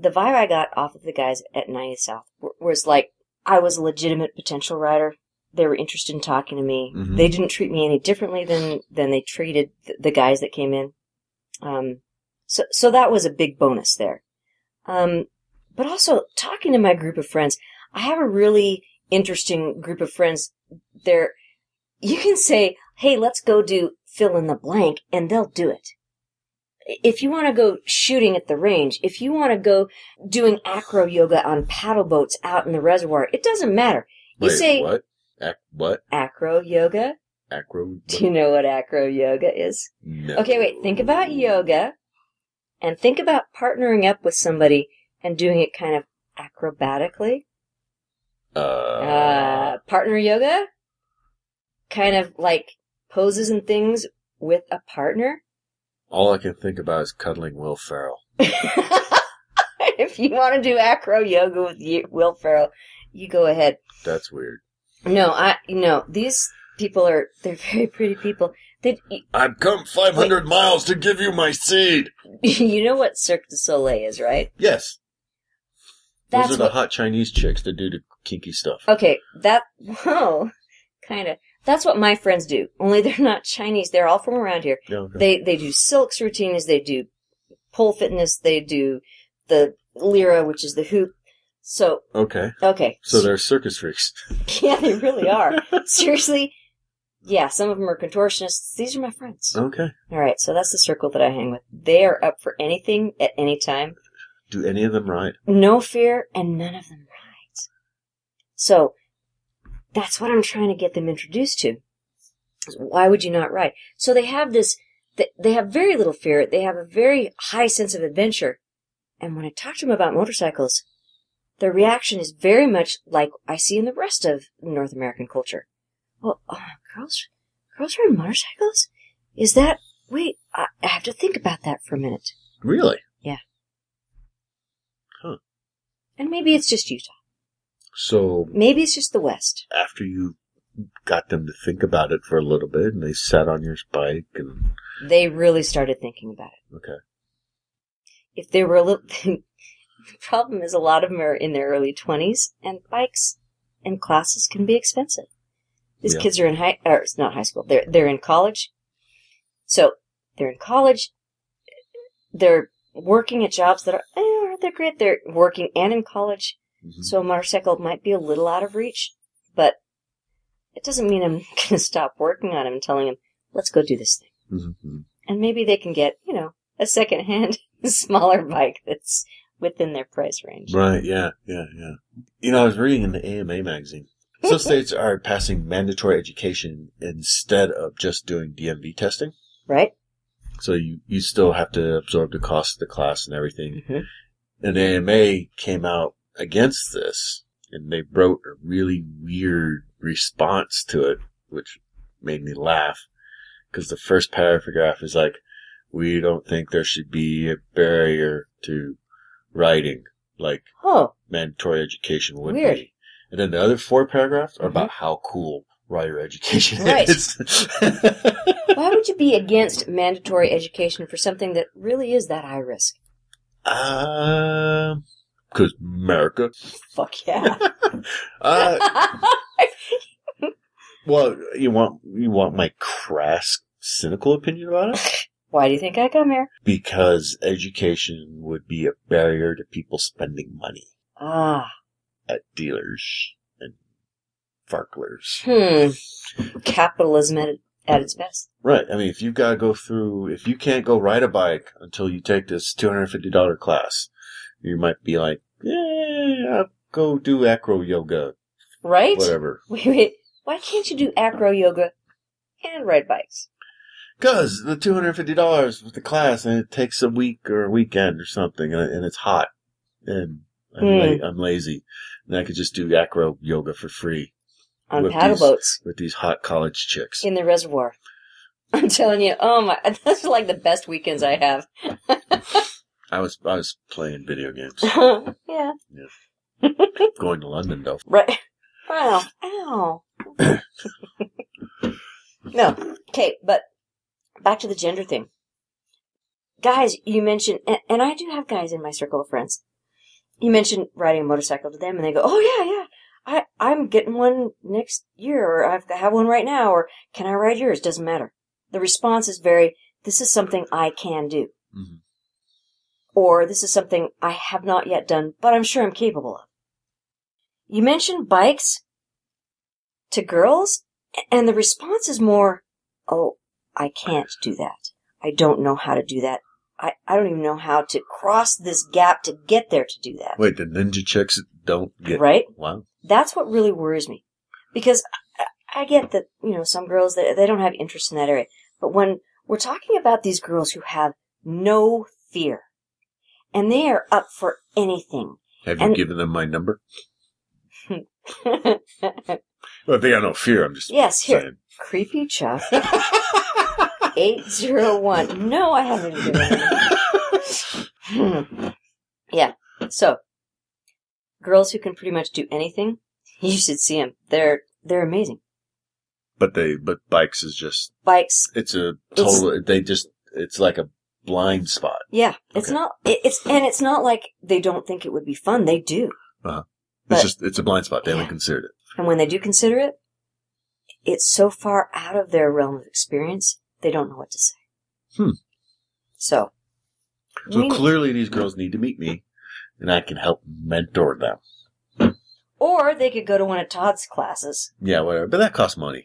C: the vibe I got off of the guys at 90 South w- was like I was a legitimate potential rider. They were interested in talking to me.
B: Mhm.
C: They didn't treat me any differently than than they treated th- the guys that came in. Um, so so that was a big bonus there. Um, but also talking to my group of friends, I have a really interesting group of friends. They're you can say, "Hey, let's go do fill in the blank," and they'll do it. If you want to go shooting at the range, if you want to go doing acro yoga on paddle boats out in the reservoir, it doesn't matter. You
B: Wait,
C: say-
B: what? Ac- what?
C: Acro yoga?
B: Acro?
C: Do you know what acro yoga is?
B: No.
C: Okay, wait. Think about yoga and think about partnering up with somebody and doing it kind of acrobatically.
B: Uh,
C: Uh, partner yoga? Kind of like poses and things with a partner.
B: all I can think about is cuddling Will Ferrell.
C: if you want to do acro yoga with you, Will Ferrell, you go ahead.
B: That's weird.
C: No, I, no, these people are, they're very pretty people. They,
B: I've come 500 miles to give you my seed.
C: you know what Cirque du Soleil is, right?
B: Yes,
C: That's
B: those are the
C: what Oh,
B: hot Chinese chicks that do the kinky stuff.
C: Okay, that whoa, kind of. That's what my friends do. Only they're not Chinese. They're all from around here.
B: Yeah, okay.
C: They they do silks routines. They do pole fitness. They do the lira, which is the hoop. So
B: okay,
C: okay,
B: so they're circus freaks.
C: yeah, they really are. Seriously, yeah. Some of them are contortionists. These are my friends.
B: Okay.
C: All right, so that's the circle that I hang with. They are up for anything at any time.
B: Do any of them ride?
C: no fear, and none of them right. So that's what I'm trying to get them introduced to. Is Why would you not write? So they have this, th- they have very little fear. They have a very high sense of adventure. And when I talk to them about motorcycles, their reaction is very much like I see in the rest of North American culture. Well, oh, girls, girls ride motorcycles? Is that, wait, I, I have to think about that for a minute.
B: Really?
C: And maybe it's just Utah.
B: So
C: Maybe it's just the West.
B: after you got them to think about it for a little bit, and they sat on your bike and
C: They really started thinking about it.
B: okay,
C: If they were a little, the problem is a lot of them are in their early twenties, and bikes and classes can be expensive. These
B: Yeah.
C: kids are in high, or it's not high school. They're they're in college, so they're in college. They're working at jobs that are eh, aren't that great. They're working and in college.
B: Mhm.
C: So a motorcycle might be a little out of reach, but it doesn't mean I'm going to stop working on him and telling him, let's go do this thing.
B: Mhm.
C: And maybe they can get, you know, a second-hand smaller bike that's within their price range.
B: right? Yeah, yeah, yeah. You know, I was reading in the AMA magazine. Some states are passing mandatory education instead of just doing DMV testing.
C: Right?
B: So you, you still have to absorb the cost of the class and everything.
C: Mhm.
B: And AMA came out against this and they wrote a really weird response to it, which made me laugh. Cause the first paragraph is like, we don't think there should be a barrier to writing like
C: Oh,
B: mandatory education would
C: Weird.
B: be. And then the other four paragraphs are
C: Mhm.
B: about how cool writer education
C: Right.
B: is.
C: why would you be against mandatory education for something that really is that high risk?
B: Um, because America.
C: Fuck yeah.
B: Uh, well, you want you want my crass, cynical opinion about it?
C: why do you think I come here?
B: Because education would be a barrier to people spending money
C: Ah,
B: at dealers and farklers.
C: hmm. Capitalism at, at its best.
B: Right. I mean, if you've got to go through, if you can't go ride a bike until you take this two hundred fifty dollar class, you might be like, yeah, I'll go do acro yoga,
C: Right?
B: whatever.
C: Wait, wait. Why can't you do acro yoga and ride bikes?
B: Because the two hundred fifty dollars with the class, and it takes a week or a weekend or something, and, and it's hot, and I'm,
C: Hmm.
B: la- I'm lazy, and I could just do acro yoga for free
C: On
B: With
C: paddle
B: these-
C: boats
B: with these hot college chicks.
C: in the reservoir. I'm telling you, oh my, those are like the best weekends I have.
B: I was I was playing video games,
C: yeah.
B: going to London though.
C: Right. Wow. Ow. no. Okay, but back to the gender thing. Guys, you mentioned, and, and I do have guys in my circle of friends. You mentioned riding a motorcycle to them, and they go, "Oh yeah, yeah, I I'm getting one next year, or I've I have one right now, or can I ride yours? Doesn't matter." The response is very, "This is something I can do,"
B: Mhm.
C: or "This is something I have not yet done, but I'm sure I'm capable of." You mentioned bikes to girls, a- and the response is more, "Oh, I can't do that. I don't know how to do that. I, I don't even know how to cross this gap to get there to do that."
B: Wait, the ninja chicks don't get
C: Right?
B: wow.
C: That's what really worries me. Because I- I, I get that, you know, some girls, they, they don't have interest in that area. But when we're talking about these girls who have no fear, and they are up for anything.
B: Have you
C: And-
B: given them my number? Well, they got no fear. I'm just
C: yes, here.
B: saying.
C: Creepy Chuff. 801. No, I haven't given it. Hmm. yeah. So, girls who can pretty much do anything, you should see them. They're they're amazing.
B: But they but bikes is just
C: Bikes,
B: it's a total. they just it's like a blind spot.
C: yeah. It's
B: Okay.
C: not it, it's and it's not like they don't think it would be fun. They do.
B: It's
C: But-
B: just it's a blind spot. They
C: Yeah.
B: haven't considered it.
C: And when they do consider it, it's so far out of their realm of experience, they don't know what to say.
B: Hmm.
C: So,
B: So
C: we-
B: clearly, these girls need to meet me, and I can help mentor them.
C: or they could go to one of Todd's classes.
B: Yeah, whatever. But that costs money.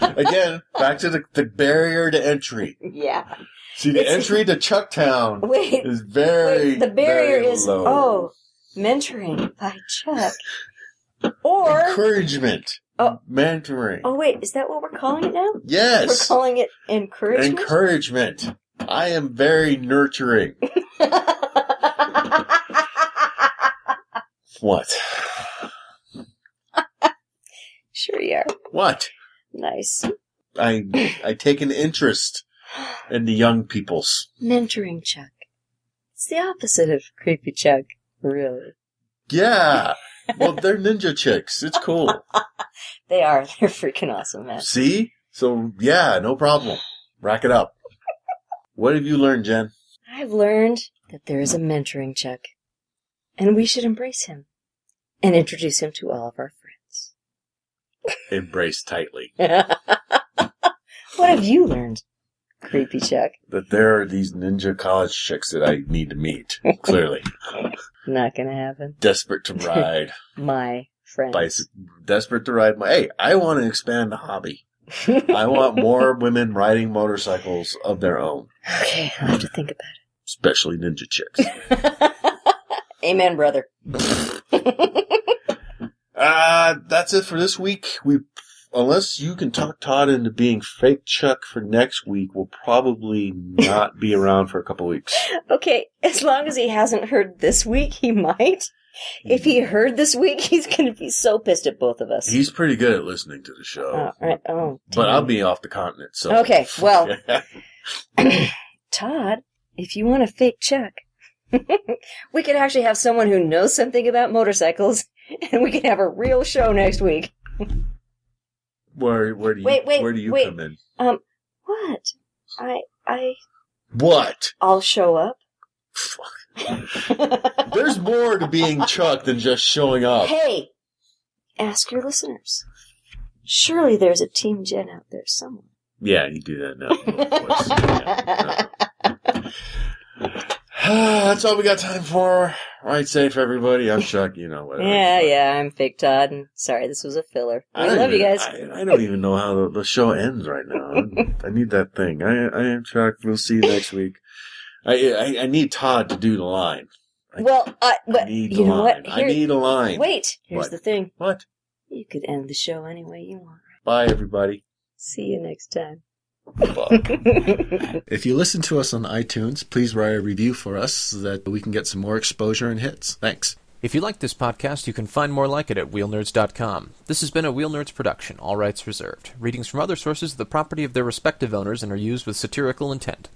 B: Again, back to the, the barrier to entry.
C: yeah.
B: See, the
C: It's-
B: entry to Chucktown
C: Wait,
B: is very
C: Wait, the barrier
B: very
C: is
B: low.
C: oh, mentoring by Chuck, or
B: encouragement,
C: Oh.
B: mentoring.
C: oh wait, is that what we're calling it now? We're
B: yes,
C: calling it encouragement.
B: encouragement. I am very nurturing. What?
C: sure, you are
B: What?
C: nice.
B: I I take an interest in the young people's.
C: Mentoring Chuck. It's the opposite of creepy Chuck, really.
B: Yeah. Well, they're ninja chicks. It's cool.
C: They are. They're freaking awesome, man.
B: See? So yeah, no problem. Rack it up. What have you learned, Jen?
C: I've learned that there is a mentoring Chuck, and we should embrace him and introduce him to all of our friends.
B: Embrace tightly.
C: what have you learned, creepy Chuck?
B: That there are these ninja college chicks that I need to meet. Clearly,
C: Not gonna happen.
B: desperate to ride
C: My friend.
B: bicycle, desperate to ride my. Hey, I want to expand the hobby. I want more women riding motorcycles of their own,
C: okay, I'll have to think
B: especially ninja chicks.
C: about it. Amen, brother.
B: Uh, that's it for this week. We, unless you can talk Todd into being fake Chuck for next week, we'll probably not be around for a couple weeks.
C: Okay, as long as he hasn't heard this week, he might. If he heard this week, he's gonna be so pissed at both of us.
B: He's pretty good at listening to the show,
C: oh, right. oh,
B: but
C: damn.
B: I'll be off the continent. So
C: Okay, well, Todd, if you want to fake Chuck, we could actually have someone who knows something about motorcycles, and we could have a real show next week.
B: where where do you
C: Wait, wait,
B: where do you
C: wait.
B: come in?
C: Um, what? I, I,
B: What?
C: I'll show up.
B: There's more to being Chuck than just showing up.
C: Hey, ask your listeners. Surely there's a Team Jen out there somewhere.
B: Yeah, you do that now. Voice. Yeah, no. That's all we got time for. Ride safe, everybody. I'm Chuck. You know whatever.
C: Yeah, yeah, I'm Fake Todd, and sorry, this was a filler. I
B: don't
C: love you
B: even-
C: guys.
B: I, I don't even know how the, the show ends right now. I need that thing. I, I am Chuck. We'll see you next week. I, I, I need Todd to do the line. I-
C: well, I,
B: I
C: but
B: need
C: you
B: the
C: know
B: line.
C: what?
B: I need a line.
C: wait, here's
B: What?
C: the thing.
B: What?
C: You could end the show any way you want.
B: Bye, everybody.
C: See you next time.
B: Fuck.
A: If you listen to us on iTunes, please write a review for us so that we can get some more exposure and hits. Thanks.
D: If you like this podcast, you can find more like it at wheelnerds.com. This has been a Wheel Nerds production, all rights reserved. Readings from other sources are the property of their respective owners and are used with satirical intent.